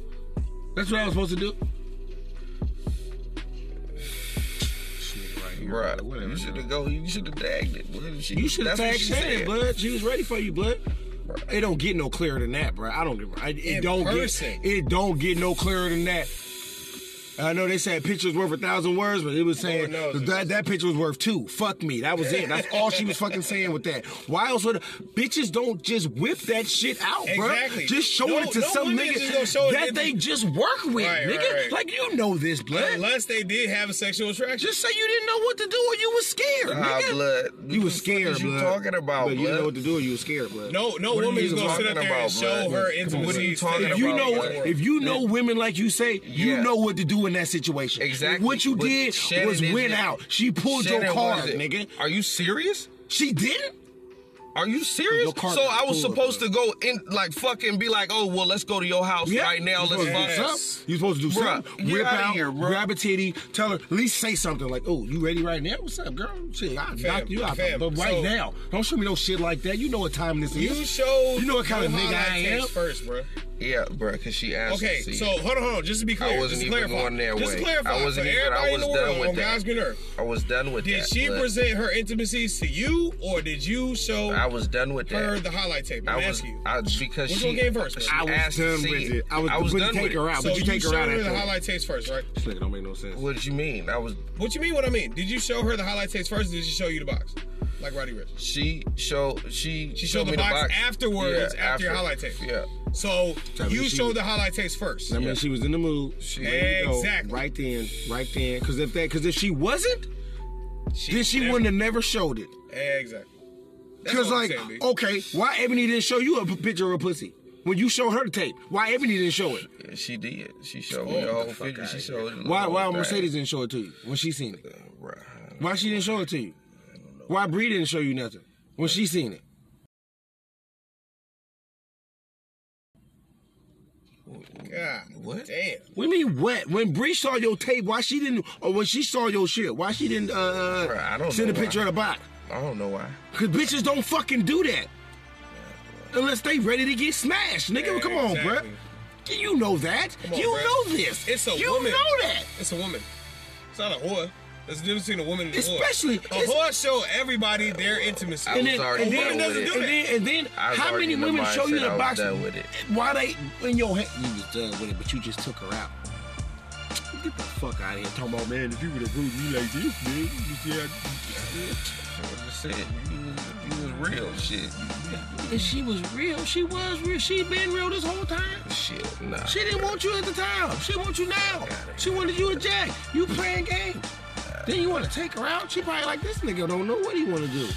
That's what I was supposed to do. Bruh, whatever, you should have go. You should have tagged it. Bud. She, You should have that's what tagged she Shannon, bud. She was ready for you, bud. It don't get no clearer than that, bro. I don't give. I, it In don't person. get. It don't get no clearer than that. I know they said pictures worth a thousand words, but it was saying knows it. that, that picture was worth two. Fuck me. That was it. That's all she was fucking saying with that. Why else would bitches don't just whip that shit out, bruh? Exactly. Just showing No- it to no some women nigga just gonna show it that if they they- just work with, Right, nigga. right, right. Like you know this, blood. Unless they did have a sexual attraction. Just say you didn't know what to do or you was scared, Ah, nigga. blood. You What was the fuck scared, is you blood. talking about, But you didn't blood? know what to do or you was scared, blood. No, no What are woman you is gonna sit talking up there and about, show blood? her What intimacy. are you talking If If you about, know, blood? if you know women like you say, you Yeah. know what to do in that situation. Exactly. What you But did Shannon was didn't- win out. She pulled your Shannon, what card, is it? nigga. Are you serious? She didn't. Are you serious? Your card So got I was pulled, supposed to go in, like, fucking be like, oh, well, let's go to your house right now. You Let's supposed to do fuck. fuck. something. You supposed to do Bruh, something. get Whip outta out, here, bruh. grab a titty, tell her at least say something like, "Oh, you ready right now? What's up, girl? Shit, I knock you out, fam, but right so- now, don't show me no shit like that. You know what time this You is. showed. You know what kind of your nigga I highlight am? tapes first, bro. Yeah, bro, because she asked Okay, to see. so hold on, hold on. Just to be clear, wasn't just even clarify. going their just way. clarify. I wasn't for even- I everybody in the was done world, with on that. God's green earth, I was done with did that. she blood. present her intimacies to you, or did you show I was done with that. her the highlight tape? I I'm was, asking you. I, because Which she, one came first, she bro? I was asked done to see with it. I was, I was wouldn't done take with her out, it. so but you, take her showed out her the after. highlight tapes first, right? This nigga don't make no sense. What did you mean? I was What you mean? What I mean? Did you show her the highlight tapes first, or did she show you the box, like Roddy Rich? she showed she She showed the me box the box afterwards, after your highlight tape. Yeah, So Tell me you she- showed the highlight tapes first. I mean, she was in the mood. She ready to go Exactly. right then, right then. Because if that, because if she wasn't, then she never- wouldn't have never showed it. Exactly. That's Because all I'm like, saying, B. okay, why Ebony didn't show you a p- picture of a pussy when you showed her the tape? Why Ebony didn't show it? Yeah, she did. She showed me the whole figure. She showed me the Why whole why thing. Uh, Mercedes didn't show it to you when she seen it? Bruh. Why she didn't show it to you? Why Bree didn't show you nothing when she seen it? God, What? Damn. What do you mean what? When Bree saw your tape, why she didn't? Or when she saw your shit, why she didn't uh, Bruh, I don't send a know picture why. of the box? I don't know why. Cause bitches don't fucking do that. Unless they ready to get smashed, nigga. Come on, bruh. Exactly. You know that. on, you bruh. know this. It's a you woman. know that. It's a woman. It's not a whore. There's a difference between a woman and a whore. Especially- a whore show everybody their intimacy. I was already and then, done and with it. then, and then, I was how already many in the women show you mindset I the was box? done with it. Why they in your head? You was done with it, but you just took her out. Get the fuck out of here, talking about man. If you would have moved me like this, man, I just said you was, you was real shit. if she was real, she was real. She been real this whole time. Shit, nah. She didn't want you at the time. She wants you now. She wanted you a jack. You playing games. Then you want to take her out. She probably like this nigga don't know what he want to do.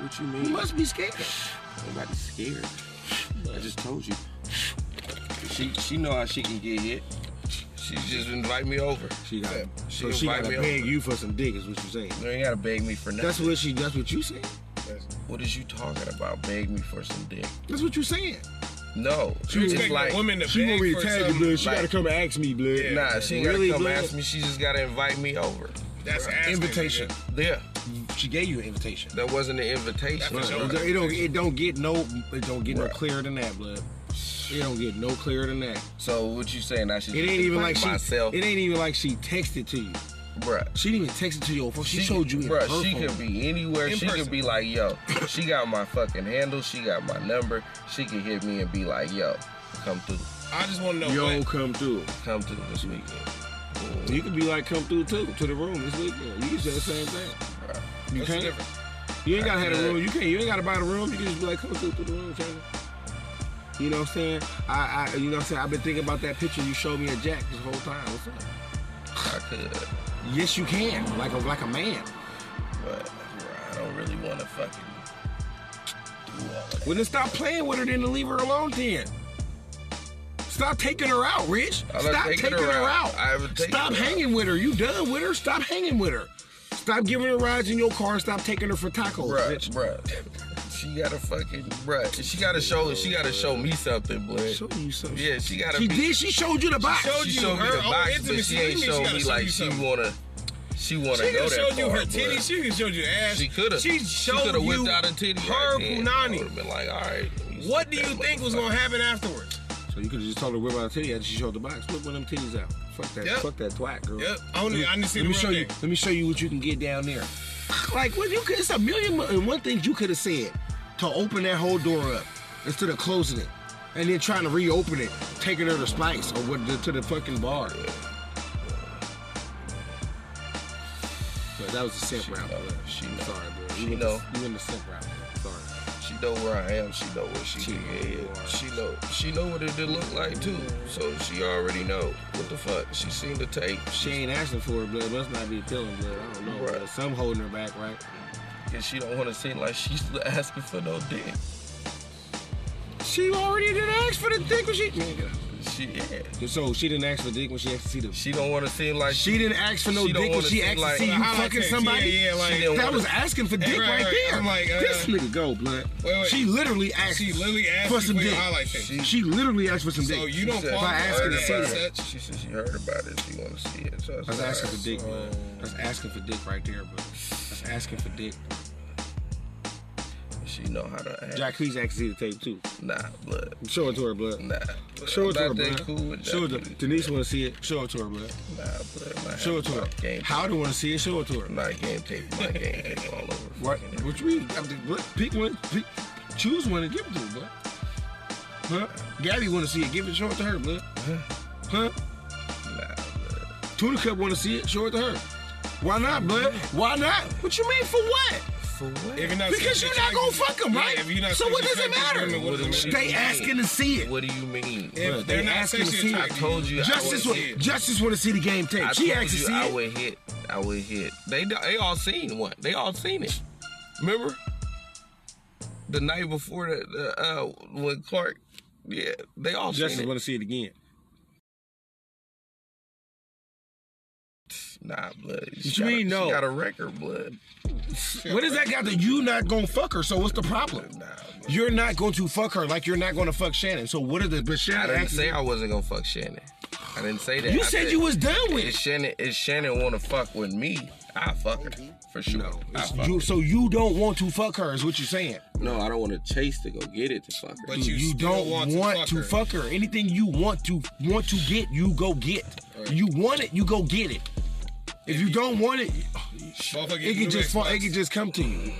What you You mean? must be scared. Nobody's scared. I just told you. She she know how she can get hit. She just invite me over. She got. She so she invite got to me over. beg you for some dick. Is what you saying? You ain't gotta beg me for nothing. That's what she. That's what you saying. What is you talking about? Beg me for some dick? That's what you're saying. No, you it's expect like a woman to She beg want me to for tag you, something. blood. She like- gotta come ask me, blood. nah, she ain't Really, gotta come blood? ask me. She just gotta invite me over. That's asking, Invitation. nigga. Yeah, She gave you an invitation. that wasn't an invitation. That's for It sure. don't, it don't. It don't get no. It don't get no Bruh. clearer than that, blood. It don't get no clearer than that. So what you saying? I should It just ain't even like invite she. myself, It ain't even like she texted to you. bruh. She didn't even text it to your phone. She, showed you in bruh, her she phone. could be anywhere. In she person. could be like, yo, she got my fucking handle. She got my number. She could hit me and be like, yo, come through, I just want to know Yo, what. come through. come through this weekend. You could be like, come through too to the room this weekend. You can say the same thing. You What's the can't. difference? You ain't gotta have I a could. room. You can't. You ain't gotta buy the room. You can just be like, come through to the room, Taylor. You know what I'm saying? I, I, you know what I'm saying? I've been thinking about that picture you showed me at Jack this whole time. What's up? I could, Yes, you can. Like a like a man. but bruh, I don't really want to fucking do all of that. Well, then stop playing with her, then leave her alone. Then stop taking her out, Rich. I'm not Stop taking taking her her out. out. I haven't taken Stop her out. hanging with her. You done with her? Stop hanging with her. Stop giving her rides in your car. Stop taking her for Oh, tacos, Bruh, Rich. bruh. She gotta fucking, bruh. She gotta show. She gotta show me something, blood. Show you something. Yeah, she gotta. She be, did. She showed you the box. showed She you showed me her the own box, but intimacy. she What do ain't you mean she showed gotta me show you like she something? wanna. She wanna She could go have that showed you far, her titty. bruh. She could have showed you the ass. She could have. She showed coulda you whipped out a titty. her right then. I punani. would've been like, all right. What do you think was gonna happen afterwards? So you could have just told her where about the titty and she showed the box. Look when them titties out. Fuck that. Yep. Fuck that twat, girl. Yep. I only I didn't see Let the me real show you. thing. Let me show you what you can get down there. Like when you could, it's a million and one things you could have said to open that whole door up instead of closing it and then trying to reopen it, taking her to Spice or what to the fucking bar. blood. That was the simp round, blood. She I'm know. sorry, blood. She You went the- know. You in the simp round, blood. Sorry. She know where I am. She know where she, She she know where you are. She know. She know what it, it look like too. So she already know what the fuck. She seen the tape. She She ain't asking for it, blood. Must not be telling, blood. I don't know. Right. Blood. Some holding her back, right? and she don't want to seem like she's asking for no dick. She already didn't ask for the dick when she. Man, get out. She yeah. So she didn't ask for dick when she asked to see the. She don't want to seem like She didn't ask for no She don't dick when wanna she seem asked like- to see you Highlight fucking text. somebody. Yeah, yeah, like- She didn't that wanna- was asking for dick Right, right, right. there. I'm like, uh, this nigga go, blood. Wait, wait. She literally asked. She literally asked for you some for your dick. highlight thing. She literally asked for some dick. So you don't said fall by for asking to her see and that. such? She said she heard about it. She want to see it. So I, was I was like, asking "All for right, dick, so, blood. I was asking for dick right there, but I was asking for dick. uh, She know how to act. Jack Crease asked to see the tape too. Nah, blood. Show it to her, blood. Nah. blood. Show it to her, I'm not that blood. cool with Show it to Jackie. Denise. Want to see it? Show it to her, blood. Nah, blood. my- Show it to my her. Game, Howard want to see it. Show it to her. my game tape. [LAUGHS] My game tape all over. What? fucking Which we I mean, what, pick one, pick, choose one and give it to her, blood. Huh? Gabby want to see it. Give it, show it to her, blood. Huh? Nah, blood. Tuna Cup want to see it. Show it to her. Why not, blood? Why not? What you mean for what? If you're not Because seeing you're shit not gonna attractive- fuck them, Yeah, right? if you're not So seeing what shit does it attractive matter? women, what does it matter? They asking to see it. What do you mean? Bruh, If they they're not asking to sexually see it. I attractive, told you. Justice I want, would hit. Justice want to see the game tape. I she told asked to you see I it. would hit. I would hit. They they all seen one. They all seen it. Remember the night before the, the uh when Clark. Yeah, they all Justice seen it. want to see it again. Nah, blood. What She you got a- mean, no? She got a record, blood. What does that got to you not gonna fuck her? So what's the problem? Nah, blood. You're not going to fuck her like you're not going to fuck Shannon. So what are the but I Shannon? didn't asking- say I wasn't gonna fuck Shannon. I didn't say that. you I said you was done with. If Shannon, if Shannon want to fuck with me, I fuck her for sure. No, I it's- fuck you, her. so you don't want to fuck her is what you're saying. No, I don't want to chase to go get it to fuck her. but You, you, still don't want, to fuck her. her. Anything you want to want to get, you go get. You want it, you go get it. If you don't want it, Motherfucker, it get can the just fall, Xbox. it can just come to you.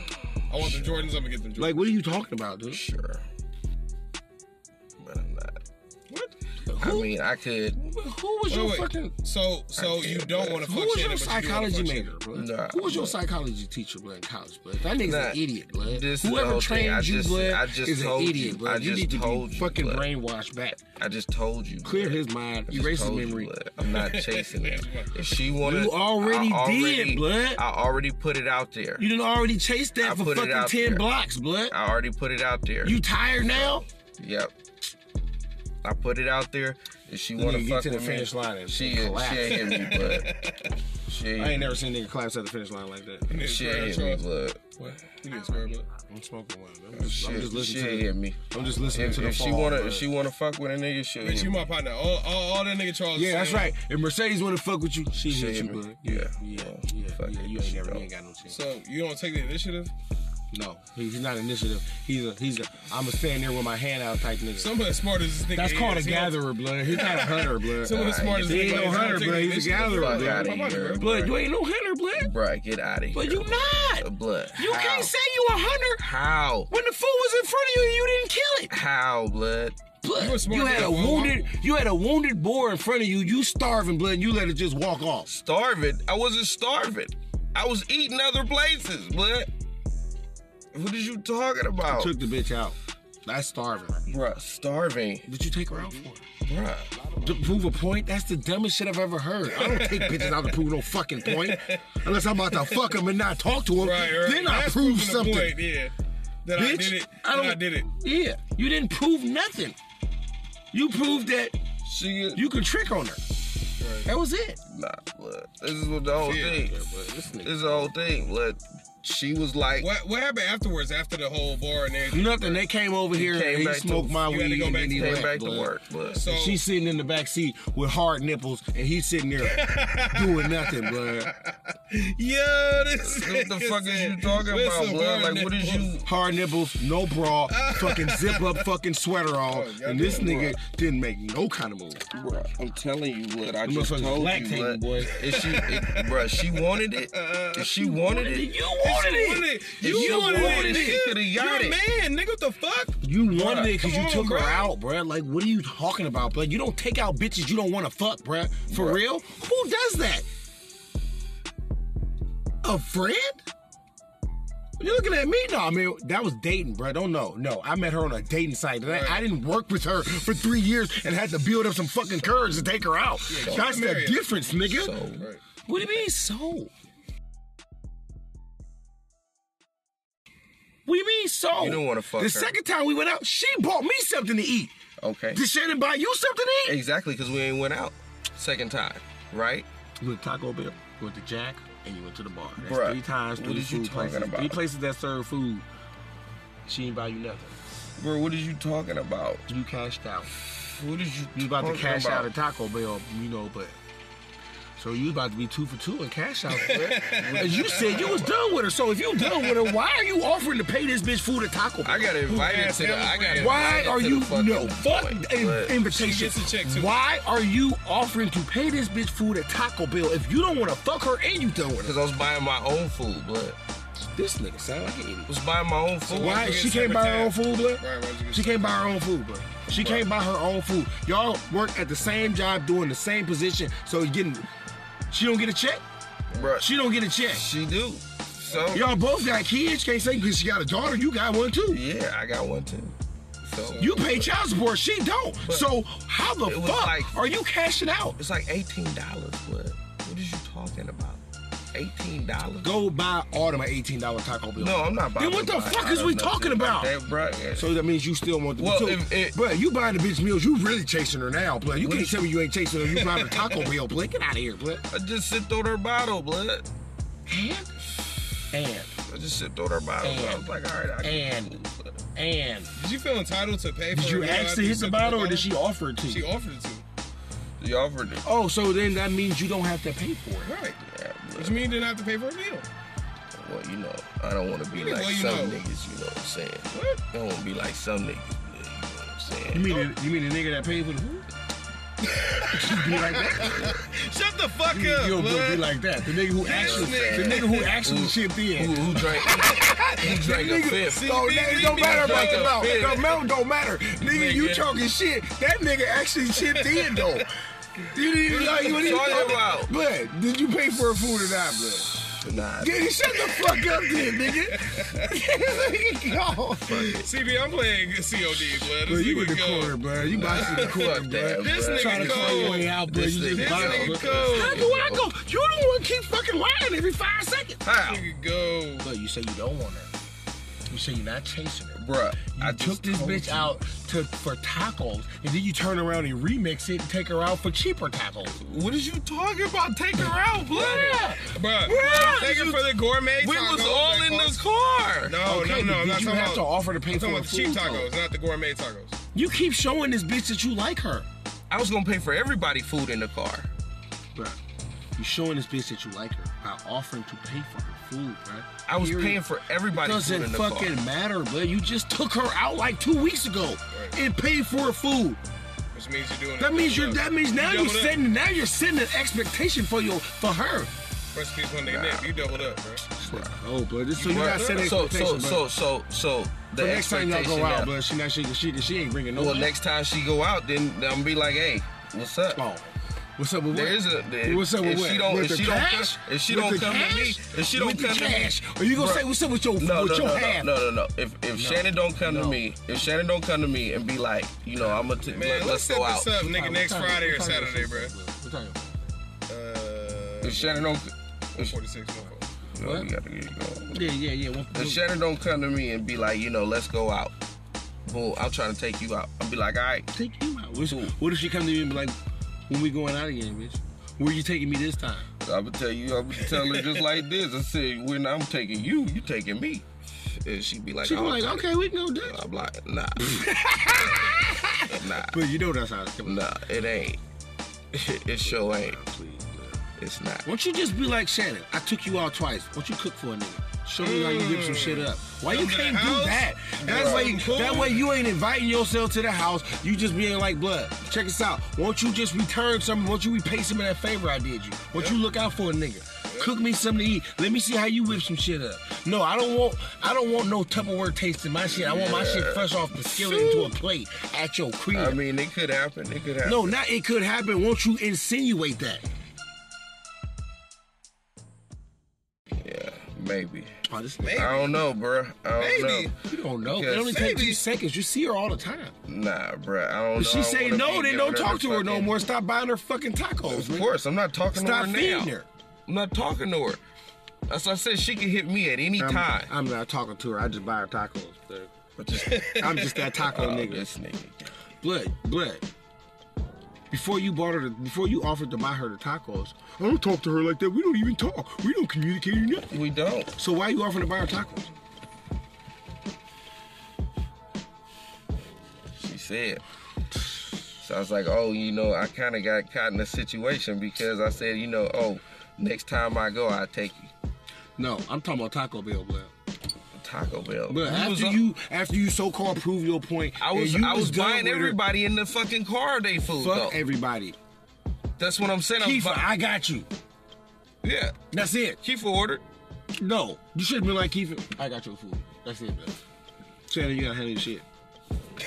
I want the Jordans. I'm gonna get the Jordans. Like what are you talking about, dude? sure, but I'm not. what? I mean, I could. Who was your Wait, wait. fucking? So, so you don't want to Who fuck was Shannon, your but you do wanna psychology fuck major, Shannon. bro? Nah, Who was your nah. psychology teacher, bro, in college, bro? That nigga's Nah, an idiot, bro. this is the Whoever whole thing. I trained you, just- bro, I just is an told you. idiot, bro. I You just need to told be you, fucking blood. brainwashed back. I just told you. Clear blood. his mind, I just erase his told you, memory. blood. I'm not chasing [LAUGHS] it. If she wanted, You already I did, blood. I already put it out there. You didn't already chase that I for put it fucking out ten there. blocks, blood. I already put it out there. You tired now? Yep. I put it out there. If she want nigga to get fuck to the with me, finish line and she, she collapse. ain't hit me, blood. [LAUGHS] She I ain't ain't, never seen a nigga collapse at the finish line like that. she ain't hit me, blood. What? You didn't swear, but I'm smoking one. I'm just, She, I'm just she listening ain't to. The, hit me. I'm just listening If, to the if she fall, wanna, bruh. if she wanna fuck with a nigga, she bitch, hit you me. my partner. All, all, all that nigga Charles. yeah, that's saying. right. If Mercedes wanna fuck with you, she, She hit hit you, me. blood. Yeah. yeah, Yeah. yeah. Fuck yeah. it, You ain't she never, you don't. ain't got no chance. So you don't take the initiative. No, he's not initiative. He's a, he's a. I'm a stand there with my hand out type nigga. Someone as smart as this nigga That's is, called a he don't- gatherer, blood. He's not a hunter, blood. Someone as smart as He this ain't nigga no is, he don't hunter, take blood. the He's a initiative. gatherer, Fuck outta blood. here, Blood, Blood, you ain't no hunter, blood. Bruh, get out of here. But you not. Blood. You How? can't say you a hunter How? when the fool was in front of you and you didn't kill it. How, blood? You a Blood, you, smart had guy, a bro. wounded, you had a wounded boar in front of you. You starving, blood, and you let it just walk off. Starving. I wasn't starving. I was eating other places, blood. What is you talking about? Took the bitch out. That's starving. Bruh, starving. Did you take her out for? Bruh. To prove a point? That's the dumbest shit I've ever heard. I don't take bitches out to prove no fucking point. Unless I'm about to fuck them and not talk to them. Right, right. Then I That's prove proving the something. Point, yeah. That I Bitch, did it. I I, don't- I did it. Yeah. You didn't prove nothing. You proved that She is. you could trick on her. That was it. Nah, blood. This is what the whole thing. This is the whole thing. Blood. She was like, What what happened afterwards? After the whole bar [LAUGHS] and everything. Nothing. They came over here came and he back to- smoked my you weed had to go and back then to- he came left, back blood. to work. Blood. So She's sitting in the back seat with hard nipples, and he's sitting [LAUGHS] there doing nothing, blood. yo, this What the nigga fuck is you said, talking with about, some blood? hard Like, what is nipples. you? Hard nipples, no bra, fucking zip up, fucking sweater Oh, on, and this nigga didn't make no kind of move. Bruh, I'm telling you, blood. I Them just motherfuckers told you, lactating, blood. boy. If she, if, bruh, she wanted it. If she wanted it, You wanted You wanted it. You, you wanted, wanted it. it, you nigga. coulda You're got a it. man, nigga. What the fuck? You wanted it because come you on, took bruh. her out, bruh. Like, what are you talking about, bruh? You don't take out bitches you don't want to fuck, bruh. For real? Who does that? A friend? You looking at me? No, I mean that was dating, bro. Don't know. No, I met her on a dating site, and I, I didn't work with her for three years and had to build up some fucking courage to take her out. That's the difference, nigga. What do you mean so? We mean so. You don't want to fuck the her. second time we went out, she bought me something to eat. okay. Did Shannon buy you something to eat? Exactly, because we ain't went out second time, right? You went to Taco Bell, you went to Jack, and you went to the bar. That's Bruh, three times, what three is you food places. talking about? Three places that serve food. She ain't buy you nothing. Bro, what are you talking about? You cashed out. What is you? You was about to talking cash about? out at Taco Bell, you know, but so you was about to be two for two and cash out. [LAUGHS] bruh. And you said you was done with her. So if you done with her, why are you offering to pay this bitch food at Taco Bell? I got invited to the. I got Why invited are to the you fucking no fuck joint, in- but- invitation? She gets a check, too. Why are you offering to pay this bitch food at Taco Bell if you don't want to fuck her and you done with her? Cause I was buying my own food, blood. This nigga sound like an idiot. I was buying my own food. Why you she get can't buy her own separate food, blood? Right, why'd you get She can't buy her own food, bro. She can't buy her own food. Y'all work at the same job doing the same position, so you getting she don't get a check. Bruh. She don't get a check. She do. So Y'all both got kids. Can't say because she got a daughter. You got one too. yeah, I got one too. So You pay child support. She don't. So how the It was fuck like- are you cashing out? it's like eighteen dollars, blood. What is you talking about? Eighteen dollars. Go buy all them an eighteen dollar Taco Bell. No, I'm not buying. Then what the nobody fuck is out of we nothing talking like about? that, bruh. Yeah. So that means you still want the Well, too. if it- Bruh, you buying the bitch meals, you really chasing her now, blood. You What can't is- tell me you ain't chasing her. You buying the Taco [LAUGHS] Bell, blood. Get out of here, blood. I just sipped on her bottle, blood. and and I just sipped on her bottle. blood. I was like, all right, I And- can. blood. and Did you feel entitled to pay for did you her meal after actually hit the took bottle or did she offer it to uh, She you? offered it to. She offered it. Oh, so then that means you don't have to pay for it. Right. Yeah, blood. Which means you didn't have to pay for a meal. Well, you know, I don't want to be Yeah, like well, you some know. niggas. You know what I'm saying? What? I don't want to be like some niggas. You know what I'm saying? You mean the, you mean the nigga that paid for the food? Shut the fuck You up, don't blood. wanna be like that. The nigga who actually nigga. the nigga who actually chipped in. Who, [LAUGHS] who drank? who drank a fifth? No, See, that we- don't we matter be about the drunk mouth. up, The bitch. mouth don't matter. Nigga, you Nigga. talking shit. That nigga actually chipped in though. You didn't even know you didn't even Sorry know about- that. Blood, did you pay for her food or not, blood? Nah, Nigga, shut the fuck up [LAUGHS] then, nigga. Yo. CB, I'm playing COD, blood. Bro, This you in nigga the go. corner, bro. You about to be in the corner, fuck that. bro. This bruh. nigga Tryna cold. find a way out, This bruh. You just nigga buy cold. This nigga cold. How do I go? You the one keep fucking lying every five seconds. How? Nigga go. But you say you don't want her. You say you're not chasing her. Bruh, You I took just this told bitch you. out to for tacos, and then you turn around and remix it and take her out for cheaper tacos. What is you talking about? Take her out, blood. Bruh, Bruh, take it you- for the gourmet We tacos was all that in cost- the car. No, okay, no, no, but I'm did not you talking have to about, offer to pay I'm for talking her about the cheap food, though? tacos, not the gourmet tacos. You keep showing this bitch that you like her. I was gonna pay for everybody food in the car. Bruh, you showing this bitch that you like her by offering to pay for her food, bruh. I was Period. paying for everybody food Doesn't in the fucking car. matter, bruh. You just took her out like two weeks ago and paid for her food. Which means you're doing That it. means you're. That means now You you're doubled up. setting. Now you're setting an expectation for your for her. Rest in peace, one nigga Nip. You doubled up, bro. Oh, bro, this so Bruh, you gotta set so, so, expectations. So, so, so, so, the next time y'all expectation go out, now- bro, she not she she she ain't bringing no. Well, next time she go out, then I'm gonna be like, hey, what's up? Oh, what's up with There what? is a there, what's up with if what? she don't with if the she don't cash? come, if she With don't the come to me cash? if she don't with come the to me cash. Are you gonna Bruh. say what's up with your no, with no, your no, half? no, no, no, no. If if Shannon don't come No. to me, if Shannon don't come to me and be like, you know, I'm gonna t- Man, let, let's us set go out. this up, nigga, next What time- Friday or what time is Saturday, it? bro. What time? Uh, If Shannon don't, if, 46, my fault. [LAUGHS] no, we gotta get it going. Yeah, yeah, yeah. One, If Shannon don't come to me and be like, you know, let's go out. Boom, I'm trying to take you out. I'll be like, all right, take you out. What's- what if she come to you and be like, when we going out again, bitch? Where you taking me this time? I would tell you, I would tell her just like this. I said, when I'm taking you, you taking me. And she'd be like, She gonna "Oh, be like, okay, we can go dance. I'm like, nah. [LAUGHS] nah, But you know that's how it's coming. nah, it ain't. [LAUGHS] it sure ain't. Please, man. It's not. Won't you just be like Shannon? I took you out twice. Won't you cook for a nigga? Show me how you whip some shit up. Why you Come to the can't do house, that? That some way, food. that way you ain't inviting yourself to the house. You just being like blood. Check this out. Won't you just return some? Won't you repay some of that favor I did you? Won't you look out for a nigga? Cook me something to eat. Let me see how you whip some shit up. No, I don't want. I don't want no Tupperware tasting my shit. I want my shit fresh off the skillet into a plate at your crib. I mean, it could happen. It could happen. No, not it could happen. Won't you insinuate that? Yeah, Maybe. Oh, this Maybe. I don't know, bruh. I don't Maybe. know. You don't know. It Because- only takes Maybe. two seconds. You see her all the time. Nah, bruh. I don't know. If she I say wanna no, be then don't giving talk the to her no fucking- more. Stop buying her fucking tacos. Of man. course, I'm not talking Stop to her now. feeding her. I'm not talking to her. As I said, she can hit me at any I'm, time. I'm not talking to her. I just buy her tacos. but- But [LAUGHS] just, I'm just that taco [LAUGHS] oh, nigga. this nigga. Blood, blood. Before you bought her, the, before you offered to buy her the tacos, I don't talk to her like that. We don't even talk. We don't communicate nothing. We don't. So why you offering to buy her tacos? She said. So I was like, oh, you know, I kind of got caught in a situation because I said, you know, oh, next time I go, I'll take you. No, I'm talking about Taco Bell, blood. Taco Bell. But I was after up- you, after you so-called prove your point, I was, and you I was, done buying with her, everybody in the fucking car they food, Fuck though. everybody. That's what I'm saying. I was Keefa, bu- I got you. yeah. That's it. Keefa ordered. No, you should have been like Keefa. I got your food. That's it, blood. Shannon, you gotta handle your shit.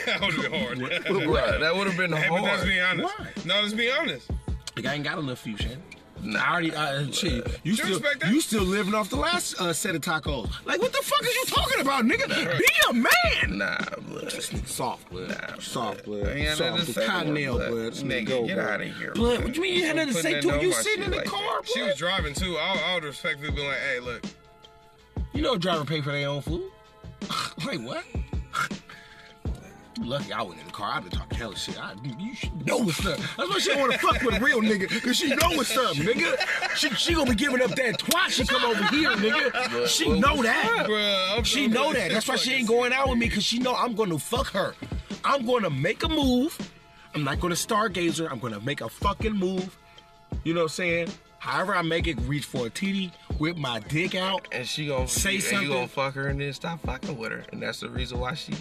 That would be hard. [LAUGHS] Right. That would have been Hey, but let's hard. be honest. Why? No, let's be honest. Like I ain't got enough for you, Shannon. I Nah, already uh, shit. You still respect that? you still living off the last uh, set of tacos. Like what the fuck is you talking about, nigga? Be a man. nah, blood. Soft blood, Nah, soft blood, I ain't got nothing to say to soft blood, her, cottontail blood. blood. This nigga Nigga, go, get blood. outta here, Blood. blood. What you mean you had Don't nothing to put say that to her? on You my sitting shit in the like car, She blood. was driving too. I would, I would respectfully be like, hey, look, You know, a driver pay for their own food. [LAUGHS] like what? You Lucky I wasn't in the car. I've been talking hell shit. I, you should know what's up. That's why she don't want to fuck with a real nigga, cause she know what's up, nigga. She, she gonna be giving up that twice. She come over here, nigga. She know that. bruh. I'm- She I'm- know that. That's why she ain't going out with me because she know I'm gonna fuck her. I'm gonna make a move. I'm not gonna stargazer. I'm gonna make a fucking move. You know what I'm saying? However I make it, reach for a TD, whip my dick out. And she gonna Say and something. You gonna fuck her and then stop fucking with her, and that's the reason why she.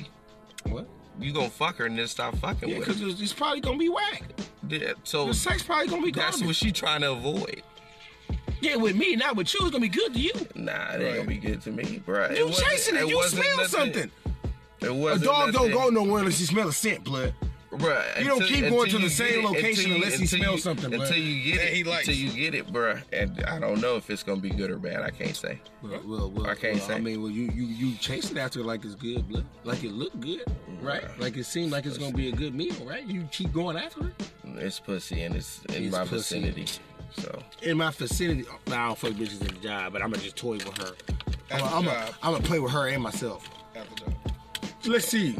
What? You gonna fuck her and then stop fucking Yeah, with because it's, it's probably gonna be whack. her. Yeah, so The sex probably gonna be that's what garbage. she trying to avoid. yeah, with me, not with you. It's gonna be good to you. Nah, it ain't gonna be good to me, bruh. You wasn't- chasing it. You wasn't smell nothing- something. It A wasn't dog don't nothing. go nowhere unless he smell a scent, blood. Bruh, You don't until- keep going until to the you same get it- location until you- unless he until smells you- something, bruh. Until you get That it, he likes. until you get it, bruh. And I don't know if it's gonna be good or bad. I can't say. Well, well, well, I can't well, I say. mean, well, you you you chasing after it like it's good, blood. like it look good, right? Like it seemed like it's gonna be a good meal, right? You keep going after it. It's pussy and it's in It's my pussy. vicinity. So In my vicinity, now I don't fuck bitches in the job, but I'm gonna just toy with her. I'm At the gonna I'm job. a, I'm a play with her and myself. At the job. Let's see.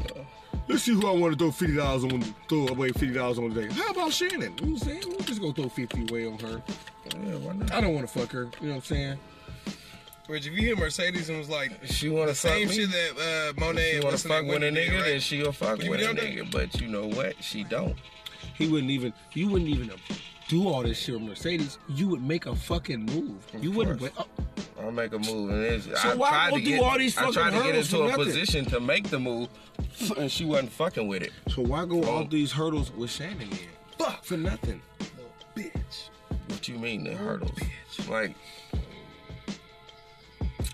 Let's see who I want to throw fifty dollars on. Throw away fifty dollars on today. How about Shannon? You know what I'm saying? We're just gonna throw fifty away on her. yeah, why not? I don't want to fuck her. You know what I'm saying? Rich, if you hear Mercedes and was like, She wanna fuck same me? shit that uh, Monet She and wanna what's the fuck name with a Whitney nigga, did, then right? she'll fuck You with a done that? nigga. But you know what? She don't. He wouldn't even. You wouldn't even do all this shit with Mercedes. You would make a fucking move. you wouldn't. course. wait- oh, I'll make a move, and it's, I why tried go to do get, all these I fucking tried to get hurdles into for a nothing? position to make the move, and she wasn't fucking with it. Oh, So why go all these hurdles with Shannon then? Fuck for nothing. What you mean the hurdles? Like,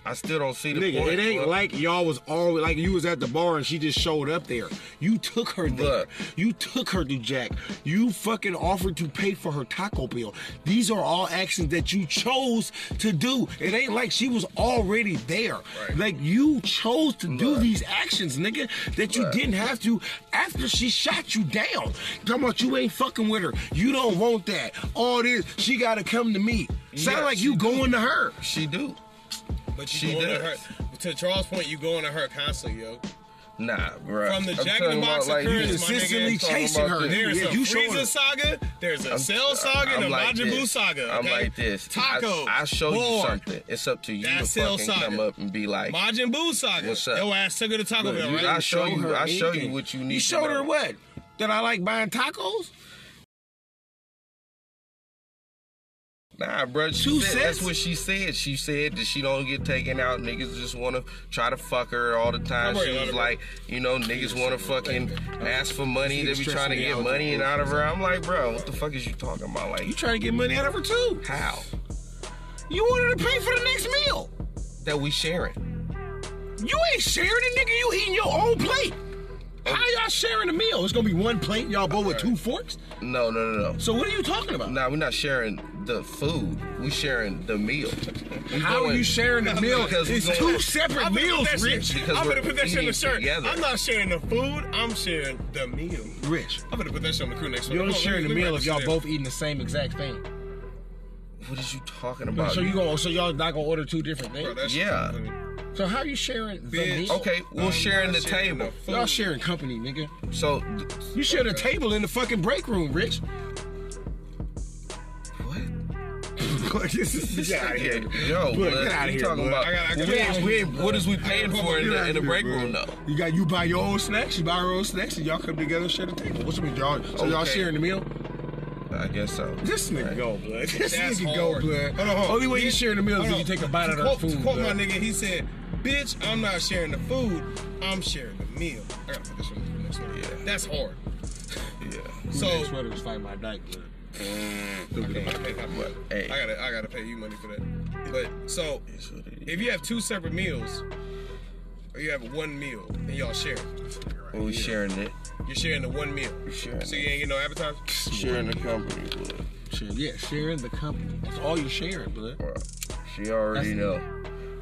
I still don't see the Nigga, point. it ain't bro. like y'all was always like you was at the bar and she just showed up there. You took her there. Look. You took her to Jack. You fucking offered to pay for her taco bill. These are all actions that you chose to do. It ain't like she was already there. Like you chose to do these actions, nigga, that you didn't have to after she shot you down. Talking about you ain't fucking with her. You don't want that. All this, she gotta come to me. Sound Yeah, like you she going to her. she do. But you She going to does. her. To Charles' point, you going to her constantly, yo. Nah, bro. From the Jack in the Box occurrence, my Consistently nigga, chasing her. nigga. There's Yeah, a you showing her. Frieza saga, there's a Cell saga, and a Majin Buu saga. Okay? I'm like this. Taco. I, I show you Boy. something. It's up to you That to Cell fucking saga. come up and be like, Majin Buu saga. What's up? Yo ass took her to Taco Look, Bell, you- right? I show you. I show you anything. what you need. You to showed know. her what? That I like buying tacos? Nah, bro. She Two said, cents? That's what she said. She said that she don't get taken out. Niggas just want to try to fuck her all the time. Don't worry She about was it, like, you know, niggas want to fucking ask for money. They be trying to get money and out of her. I'm like, bro, what the fuck is you talking about? You Like, trying to get money out of her too. how? You wanted to pay for the next meal. That we sharing. You ain't sharing it, nigga. You eating your own plate. How Oh. y'all sharing a meal? It's gonna be one plate, y'all both with two forks? No, no, no, no. So what are you talking about? Nah, we're not sharing the food. We sharing the meal. [LAUGHS] We How are going- you [LAUGHS] sharing the meal? Because we It's going- two separate I'm gonna put meals, that Rich. shit. because I'm we're gonna put that shit in eating the shirt. together. I'm not sharing the food. I'm sharing the meal. Rich, I'm gonna put that shit on the crew next. you're only sharing the meal if y'all both. both eating the same exact thing. [LAUGHS] What is you talking about? So you going so y'all not gonna order two different things? Bro, that shit- Yeah. I mean, So how you sharing the Bitch. meal? okay, we're I'm sharing the not sharing table. the food. Y'all sharing company, nigga. So th- You share the table in the fucking break room, Rich. what? [LAUGHS] yeah, Yeah, yo, Look, blood, get outta you here, talking blood. about? I got- I got- we, I got- we- what is we paying for in the, in the break room though? You got you buy your own snacks, you buy your own snacks, and y'all come together and share the table. What's up with y'all? So y'all Okay. sharing the meal? I guess so. This nigga go blood. This That's nigga go hard. blood. Hold on, hold on. Only way you sharing the meal is Hold if you on. take a bite To out of quote- the food. To quote my blood. nigga, he said, "Bitch, I'm not sharing the food. I'm sharing the meal." I gotta put this on the next one. Yeah. That's hard. Yeah. Who next So sweater was fighting my dyke blood. I gotta pay my- But hey, I gotta I gotta pay you money for that. But so it's what it is. if you have two separate meals, or you have one meal and y'all share, it, we sharing it. you're sharing the one meal. sharing So you ain't get no appetizer. Sharing the company, blood. Share, yeah, sharing the company. That's all you sharing, blood. Bro, she already know.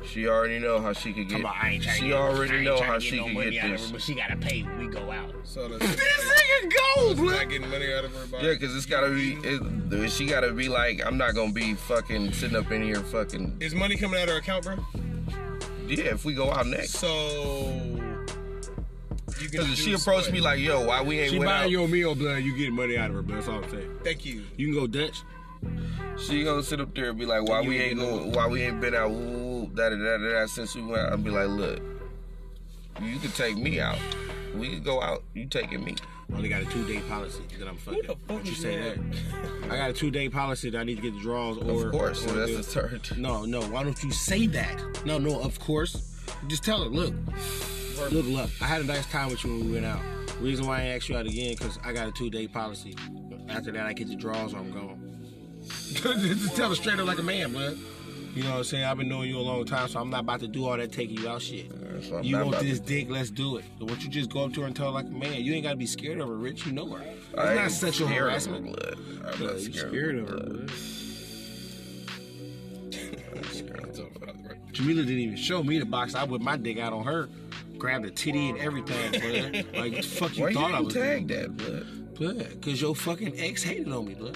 She already know how she could get. Come on, I ain't trying she to get- I already ain't know trying how to she no could money get out of this. her, but she gotta pay when we go out. So this [LAUGHS] nigga go, not getting money out of her body. Yeah, cause it's gotta be. It, she gotta be like, I'm not gonna be fucking sitting up in here fucking. Is money coming out of her account, bro? Yeah, if we go out next. So you can. Cause if she do approached what? me like, yo, why we ain't She went buying out? your meal, blood. You getting money out of her, blood. That's all I'm saying. "Thank you." You can go Dutch. she gonna sit up there and be like, why we ain't going? Why we ain't been out? Ooh, da da da da. da, Since we went, out. I'll be like, look, you could take me out. We could go out. You taking me? Only got a two day policy that I'm fucking. the fuck Don't you is say that? that? I got a two day policy that I need to get the draws or. Of course, or that's do- the third. [LAUGHS] No, no. Why don't you say that? No, no. Of course. Just tell her. Look, look, look. I had a nice time with you when we went out. Reason why I asked you out again because I got a two day policy. After that, I get the draws or I'm gone. [LAUGHS] Just tell her straight up like a man, blood. You know what I'm saying? I've been knowing you a long time, so I'm not about to do all that taking you out shit. That's what I'm you not want about to this dick? Let's do it. So why don't you just go up to her and tell her like a man? You ain't gotta be scared of her, Rich. You know her. It's I not ain't sexual scared of harassment. blood. I'm Yeah, not you scared, scared of of her, blood. blood. Right. Jamila didn't even show me the box. I whipped my dick out on her, grabbed the titty and everything. Blood. [LAUGHS] Like what the fuck you Why you thought I didn't was tag doing? that blood? Blood, cause your fucking ex hated on me, blood.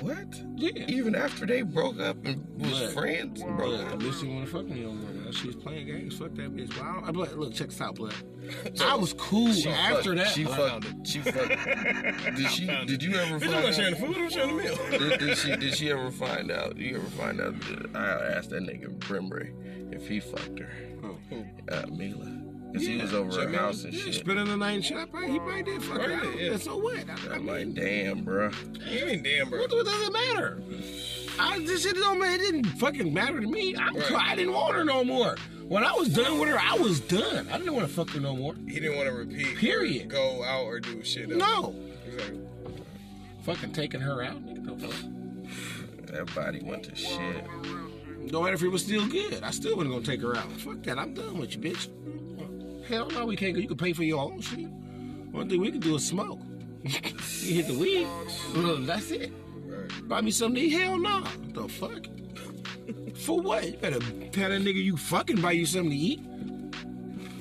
What? Yeah. Even after they broke up and was Blood. friends, and broke Blood, up. bitch didn't want to fuck me no more. man. She was playing games. Fuck that bitch. But I don't, I'm like, look, check this out, blood. [LAUGHS] I was cool after Fuck, that. she blood. fucked. [LAUGHS] She fucked. Did she? Did you ever Bitch, I'm not find sharing out? the food. I'm sharing the meal. [LAUGHS] Did, did she? Did she ever find out? You ever find out? that- I asked that nigga Brimbury if he fucked her. Uh, Mila, cause he was over her house and Yeah, shit. spit in the night and shit. I probably, he probably did fuck her. Right, out. yeah. And So what? I, I I'm mean, like, damn, bro. You mean damn, bro. What, what does it matter? I this shit don't matter. It didn't fucking matter to me. I'm, I didn't want her no more. When I was done with her, I was done. I didn't want to fuck her no more. He didn't want to repeat. Period. Go out or do shit. else. No. Exactly. Fucking taking her out, nigga. No fuck. That body went to shit. No matter if it was still good, I still wasn't gonna take her out. Fuck that. I'm done with you, bitch. Hell no, we can't go. You can pay for your own shit. One thing we can do is smoke. [LAUGHS] you hit the weed. [LAUGHS] Well, that's it. Buy me something to eat. Hell no. What the fuck? [LAUGHS] for what? You better tell that nigga you fucking buy you something to eat.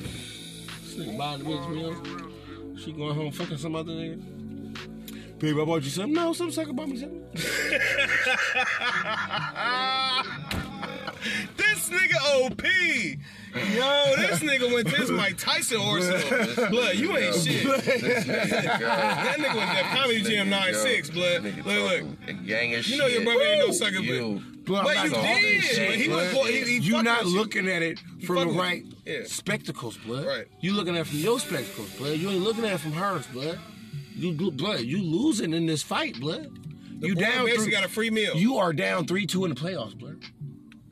This nigga buying the bitch meals. She going home fucking some other nigga. Babe, I bought you something. No, some sucker bought me something. This nigga OP. Yo, this nigga went to his Mike Tyson [LAUGHS] arsenal. Blood, you ain't shit. [LAUGHS] That nigga went to Comedy Jam 96, blood. Look, look. Gang of You know your shit. brother ain't no sucker, You. but. Blood, But I'm you not gonna- did. But he was. Boy, he, he you fucking not with looking at it from fucking the with right you. Yeah. spectacles, blood. Right. You looking at it from your spectacles, blood. You ain't looking at it from hers, blood. You lo- blood. You losing in this fight, blood. you boy down. basically three- got a free meal. You are down three two in the playoffs, blood.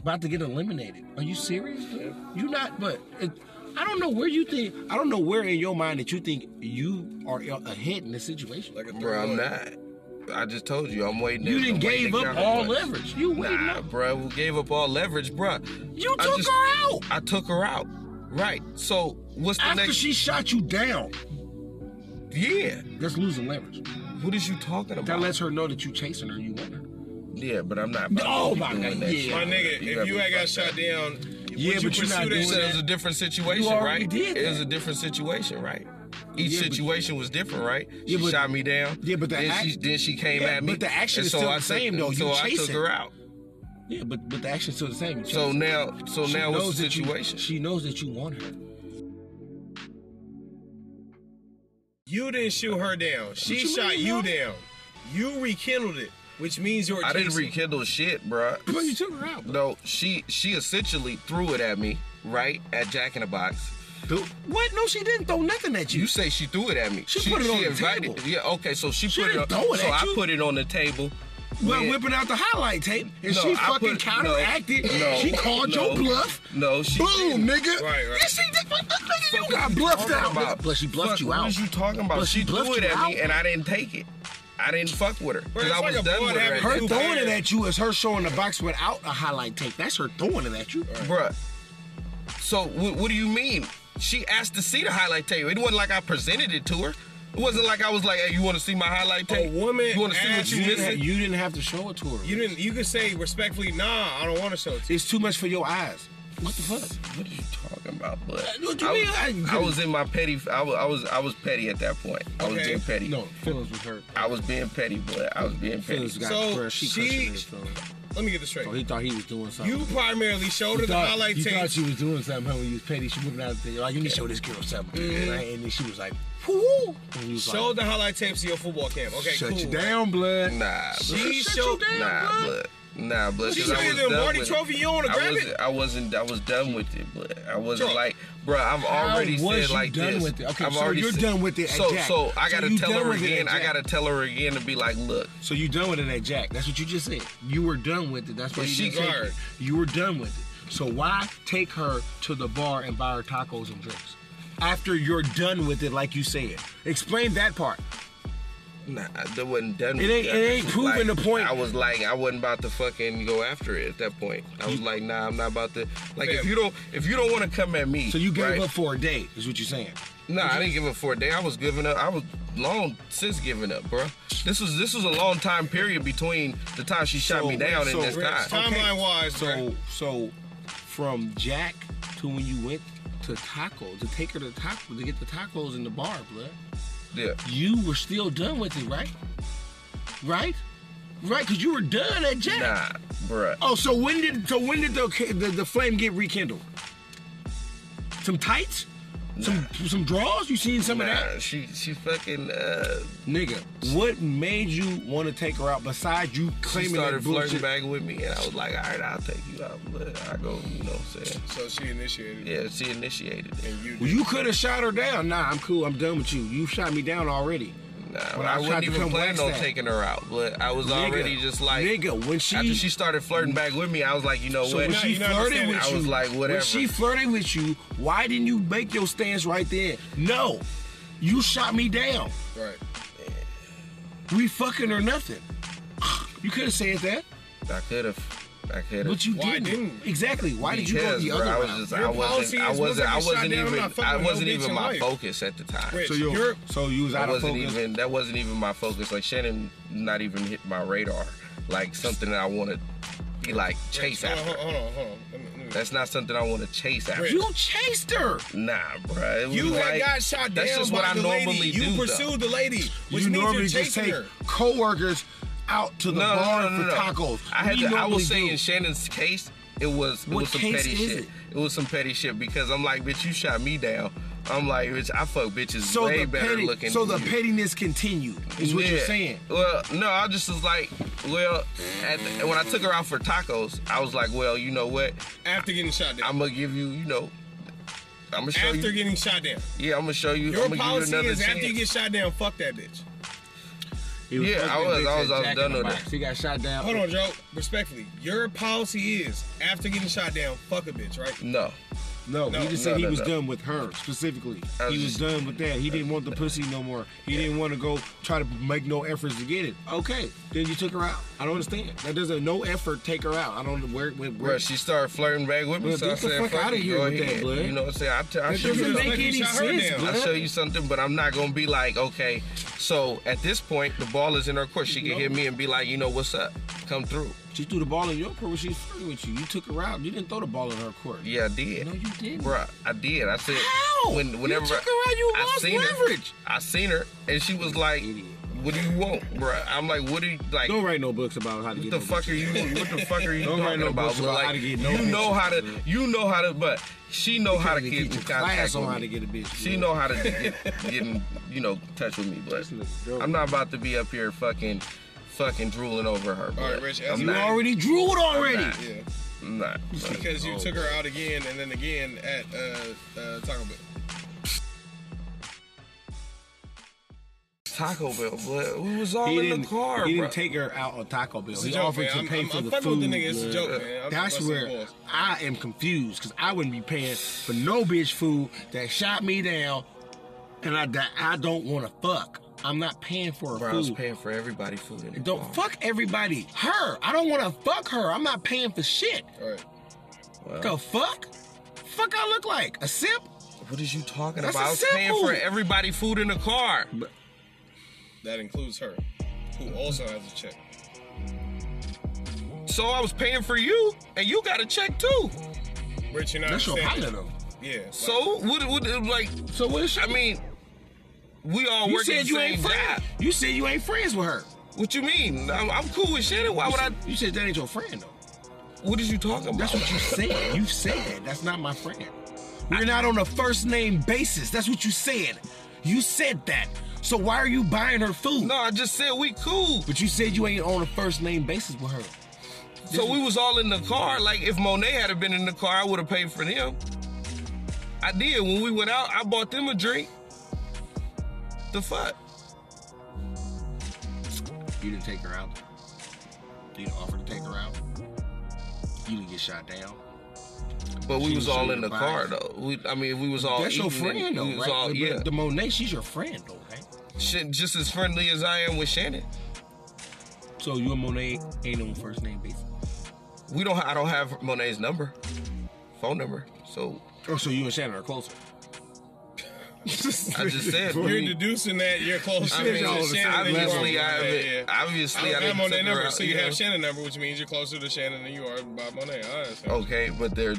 About to get eliminated. Are you serious? blood? You not, but it, I don't know where you think. I don't know where in your mind that you think you are a- ahead in this situation. Like a Bro, I'm three-one. not. I just told you, I'm waiting. you I'm didn't waiting gave to up count all it. leverage. You waiting Nah, up. bro, we gave up all leverage, bro. You took her out I took her out. Right. So what's the after next? she shot you down. yeah. That's losing leverage. What is you talking about? That lets her know that you chasing her and you want her. Yeah, but I'm not. About Oh to my doing God, that yeah. shit. My nigga, You if you gotta ain't be got shot fucked up. down, Yeah, would but you're pursue not that doing shit? It was a different situation, already right? did It was that. a different situation, right? Each Yeah, but- situation was different, right? She Yeah, but- shot me down. Yeah, but the then act- she then she came Yeah, at me. but the action and is so still I the took- same, though. You So I took chasing. her out. Yeah, but but the action's still the same. You So chasing. now, so She now what's the that you- situation? she knows that you want her. You didn't shoot her down. She you shot mean, you huh? down. You rekindled it, which means you're. I didn't chasing. rekindle shit, bruh. Well, you took her out. But No, she she essentially threw it at me, right at Jack in the Box. what? No, she didn't throw nothing at you. You say she threw it at me. She put it on the table. Yeah, okay, so she, She put it. didn't On, throw it so at I you. put it on the table. Well, when- whipping out the highlight tape, and No, she I fucking put- no, counteracted. no, she called no. your bluff. No, she Boom, didn't. nigga. Right, right. Yeah, she did. What the- nigga, you Fuck got is you bluffed talking out. about? Plus, she bluffed Fuck, you what out. was you talking about? Plus, she she threw bluffed it you at me, out. and I didn't take it. I didn't fuck with her Bro, because it's I was like a done boy with her. having at Her Two throwing it pairs. at you is her showing the box without a highlight tape. That's her throwing it at you. that- Bruh. So wh- what do you mean? She asked to see the highlight tape. It wasn't like I presented it to her. It wasn't like I was like, "Hey, you want to see my highlight A tape? woman you want to see asked what you you You didn't, have, missing?" you didn't have to show it to her. You didn't. You could say respectfully, nah, I don't want to show it to you. It's too much for your eyes. What the fuck? What are you talking about, bud? What you I, mean? was, I- I was in my petty. I was, I was, I was petty at that point. I was Okay. being petty. No, feelings was hurt. I was being petty, but I was being petty. Feelings got So, crushed. She, she- crushing his feelings. Let me get this straight. So Oh, he thought he was doing something. You primarily showed her the thought- highlight you tape. thought she was doing something huh, when you was petty. She moving out there. Like, you need to show this girl something. Right? And then she was like, whoo. And you was Showed the highlight tapes to your football camp. Okay, like, shut cool. you down, blood. Nah, She blood. showed. Nah, blood. Nah, blood. She 'cause I showed you was the done Marty with it. trophy. You don't want to I grab it. wasn't, I wasn't. I was done with it, blood. I wasn't Bro. like, bro. I've already was said you like done this. with it? Okay, I've so already you're said- done with it at So, Jack. so I So gotta you tell done her with it at again. I Jack. gotta tell her again to be like, look, So you done with it at Jack. That's what you just said. You were done with it. That's why But you she didn't take guard. it. You were done with it. So why take her to the bar and buy her tacos and drinks? After you're done with it, like you said. Explain that part. nah, that wasn't done. It with ain't- that. it ain't Like, proving the point. I was like, I wasn't about to fucking go after it at that point. I was like, nah, I'm not about to. Like, if Yeah. you don't, if you don't want to come at me, So you gave right? up for a date, is what you're saying. No, I didn't give up for a day. I was giving up. I was long since giving up, bro. This was this was a long time period between the time she shot So, me down so- and this time. Timeline wise, bro. So so from Jack to when you went to taco to take her to taco to get the tacos in the bar, blood. Yeah. You were still done with it, right? Right? Right, because you were done at Jack. Nah, bruh. Oh, so when did so when did the the, the flame get rekindled? Some tights? Some some draws? You seen some of that? Nah, she she fucking uh Nigga, what made you want to take her out besides you she claiming started that flirting bullshit? back with me and I was like, all right, I'll take you out, but I go, you know what I'm saying? So she initiated. it, Yeah, she initiated it. And you Well, you could have shot her down. Nah, I'm cool. I'm done with you. You shot me down already. Nah, When I, I tried wasn't to even come planning wax on that. taking her out, but I was already Nigga, just like nigga, when she, after she started flirting back with me, I was like, you know so what? when she you're not flirted understanding. with you, I was like, whatever. When she flirted with you, why didn't you make your stance right there? No, you shot me down. right. We fucking or nothing. [SIGHS] You could have said that, I could have I could have but you Why didn't. didn't? Exactly. Why did you go Because, the bro, other I was route? just, Your I policy wasn't, I is wasn't, I once I get shot wasn't down, I'm not even, fucking I with no wasn't bitch even in my life. focus at the time. Rich, so you you're- so you was That out of wasn't focus. even, that wasn't even my focus. Like Shannon, not even hit my radar. Like something that I want to be like chase Hold on, after. hold on, hold on. Let me- let me- That's not something I want to chase after. Rich. You chased her. Nah, bro. You had like, got shot down That's just by what I the normally lady. do. You though. pursued the lady, which you means normally you're just chasing take her. coworkers out to the No, no, bar no, no, for no. tacos. I had We to, I normally was saying do. in Shannon's case, it was it What was some case petty is shit. it? was some petty shit because I'm like, bitch, you shot me down. I'm like, bitch, I fuck bitches so way the better petty, looking. so than the you. pettiness continued. Is what you're Yeah. saying. Well, no, I just was like, well, at the, when I took her out for tacos, I was like, well, you know what? After getting shot down. I'm gonna give you, you know, I'm gonna show after you. getting shot down. yeah, I'm gonna show you. I'm Your gonna give policy you another is chance. after you get shot down, fuck that bitch. yeah, I was, I was, I was done with that. He got shot down. Hold on, Joe. Respectfully, your policy is after getting shot down, fuck a bitch, right? No, No, No, he just no, said he no, was no. done with her specifically. I was he was just- done with that. He didn't want the pussy no more. He didn't want to go try to make no efforts to get it. Okay, then you took her out. I don't understand. That doesn't no effort take her out. I don't know where. where, where bro, she started flirting back with me, Bruh, so I get the said, fuck outta it, here go with that, ahead. blood. You know what I'm saying? I, t- I that show you doesn't something. make Like you any shot her sense, down. blood. I show you something, but I'm not gonna be like, okay. So at this point, the ball is in her court. She can hit me and be like, you know what's up? come through. She threw the ball in your court when she was flirting with you. You took her out. You didn't throw the ball in her court. Yeah, I did. No, you didn't. Bruh, I did. I said How? when whenever you took her out, you I lost seen leverage. her, I seen her, and she was like, "What do you want, bruh? I'm like, "What do you like?" Don't write no books about how to get What the no fuck are you? What the fuck are you Don't write talking no about? books But about like, how to get no you bitches, know how to, you know how to, but she know how to They get teach in a class contact on with how me. to get a bitch. She know how to get, [LAUGHS] get in, you know, touch with me, but I'm not about to be up here fucking, fucking drooling over her. All right, but Rich, I'm as you not, already drew it already. Nah. Yeah. I'm not. But Because you took her out again and then again at uh, uh, Taco Bell. Taco Bell, but we was all He in didn't. the car, he bro. didn't take her out on Taco Bell. It's a He joke, offered man. to I'm, pay I'm, for I'm the fucking food. with the nigga. It's a blood. joke, man. I'm That's busting where balls. I am confused because I wouldn't be paying for no bitch food that shot me down, and I that I don't want to fuck. I'm not paying for her Bro, I was food. paying for everybody food. In the don't car. fuck everybody. Her. I don't want to fuck her. I'm not paying for shit. All right. The fuck? Fuck I look like a simp. What is you talking That's about? a I was paying simple. for everybody food in the car. That includes her, who also has a check. So I was paying for you, and you got a check too. Rich, you're not That's your understanding. partner though. Yeah. like, So what? What? Like, So what is she? I mean, we all you work at said the you same ain't job. friends. You said you ain't friends with her. What you mean? I'm, I'm cool with Shannon. Why would I? You said that ain't your friend though. What is you talking about? That's what you said. You said that. That's not my friend. We're not on a first name basis. That's what you said. You said that. So why are you buying her food? no, I just said we cool. But you said you ain't on a first name basis with her. So we was all in the car. Like if Monet had have been in the car, I would have paid for them. I did when we went out. I bought them a drink. The fuck? You didn't take her out. You didn't offer to take her out. You didn't get shot down. But we She was was all in in the the car box. though. We, I mean, we was all That's your eating and friend though, we was right? all- But- but yeah. The Monet, she's your friend though, right? Shit, just as friendly as I am with Shannon. So you and Monet ain't on first name basis. We don't. I don't have Monet's number, phone number. So Oh, so you and Shannon are [LAUGHS] closer. I [LAUGHS] just said. You're we- deducing that you're close I to mean, Shannon. than you obviously, are I with Monet, haven't. yeah. I Obviously, I, don't have didn't Monet take her number, out, so you yeah. have Shannon number, which means you're closer to Shannon than you are Bob Monet. I understand. Okay, but they're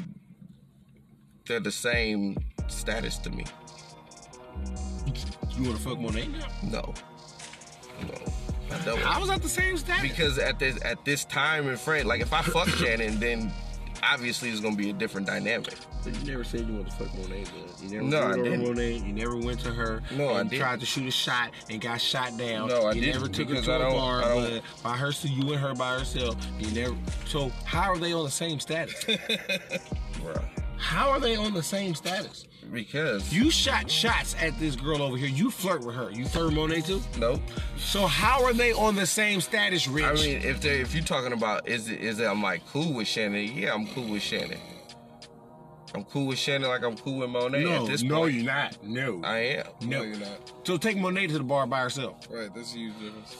they're the same status to me. You want to fuck Monet now? No, no, I don't. I was at the same status. Because at this at this time in frame, like if I [COUGHS] fuck Shannon, then obviously it's gonna be a different dynamic. But you never said you wanted to fuck Monet. though. You never No, I went over didn't. Monet. You never went to her. No, and I you didn't. Tried to shoot a shot and got shot down. No, I you didn't, never took her because to I a don't- bar I don't- but by her. So you and her by herself. You never. So how are they on the same [LAUGHS] status? Bruh. how are they on the same status? Because You shot shots at this girl over here. You flirt with her. You third Monet too. nope. So how are they on the same status, Rich? I mean, if they if you're talking about is it is it I'm like cool with Shannon? Yeah, I'm cool with Shannon. I'm cool with Shannon like I'm cool with Monet no, at this no, point. you're not. No, I am. No, no. you're not. So take Monet to the bar by herself. Right, that's a huge difference.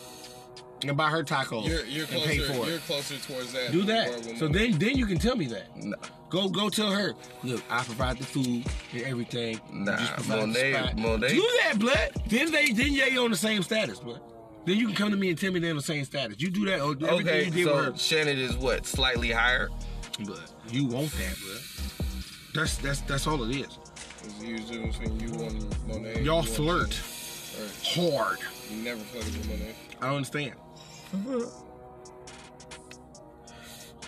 and buy her tacos You're, you're and pay for closer. You're it. closer towards that. Do than you are that. with So Monet. then, then you can tell me that. Nah, Go, go tell her. Look, I provide the food and everything. You Nah, provide the Monet- spot." Monet- Do that, blood. Then they, then they on the same status, blood. Then you can come to me and tell me they're on the same status. You do that. Or everything Okay, you did so with Shannon is what slightly higher. her, blood. You want that, blood. That's that's that's all it is. There's a huge difference between you and Monet. You Y'all and- flirt hard. You never flirted with Monet. I don't understand.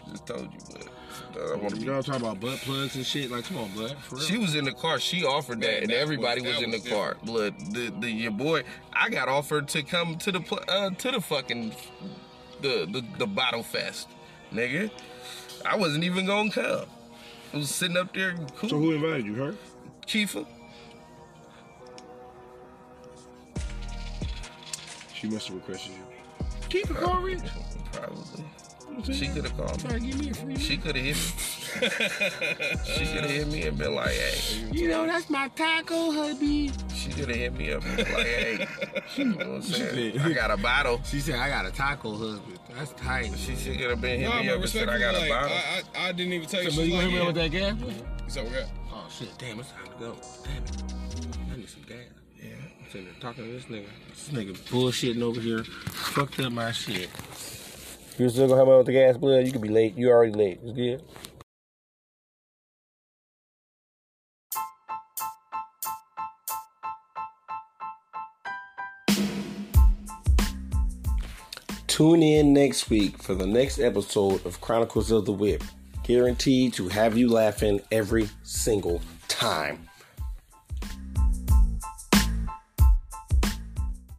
Just told you, but but I want to Y'all talking about butt plugs and shit. Like, come on, blood. For real. She was in the car. She offered that, Man, and that everybody was- was, that in the was car. Blood, the, the your boy. I got offered to come to the pl- uh, to the fucking the, the the bottle fest, nigga. I wasn't even gonna come. I was sitting up there, cool, so who invited you? Her. Keefa. She must have requested you. Keep it going, Rich. Probably. She could have called me. give me a free She could have hit me. [LAUGHS] she could have hit me and been like, hey. You know, that's my taco, hubby. She could have hit me up and been like, hey. You know what I'm saying? I got a bottle. She said, I got a taco husband. That's tight. She should have been hitting Nah, me but up and said, I respectfully, got a like, bottle. I, I, I didn't even tell you. So, you She's gonna hit like, me up yeah. with that gas? So we got. Oh, shit, damn, it's time to go. Damn it. I need some gas. Yeah. I'm sitting there talking to this nigga. This nigga bullshitting over here. Fucked up my shit. You still gonna help me out with the gas, blood? You could be late. You already late. It's good. Tune in next week for the next episode of Chronicles of the Whip. Guaranteed to have you laughing every single time.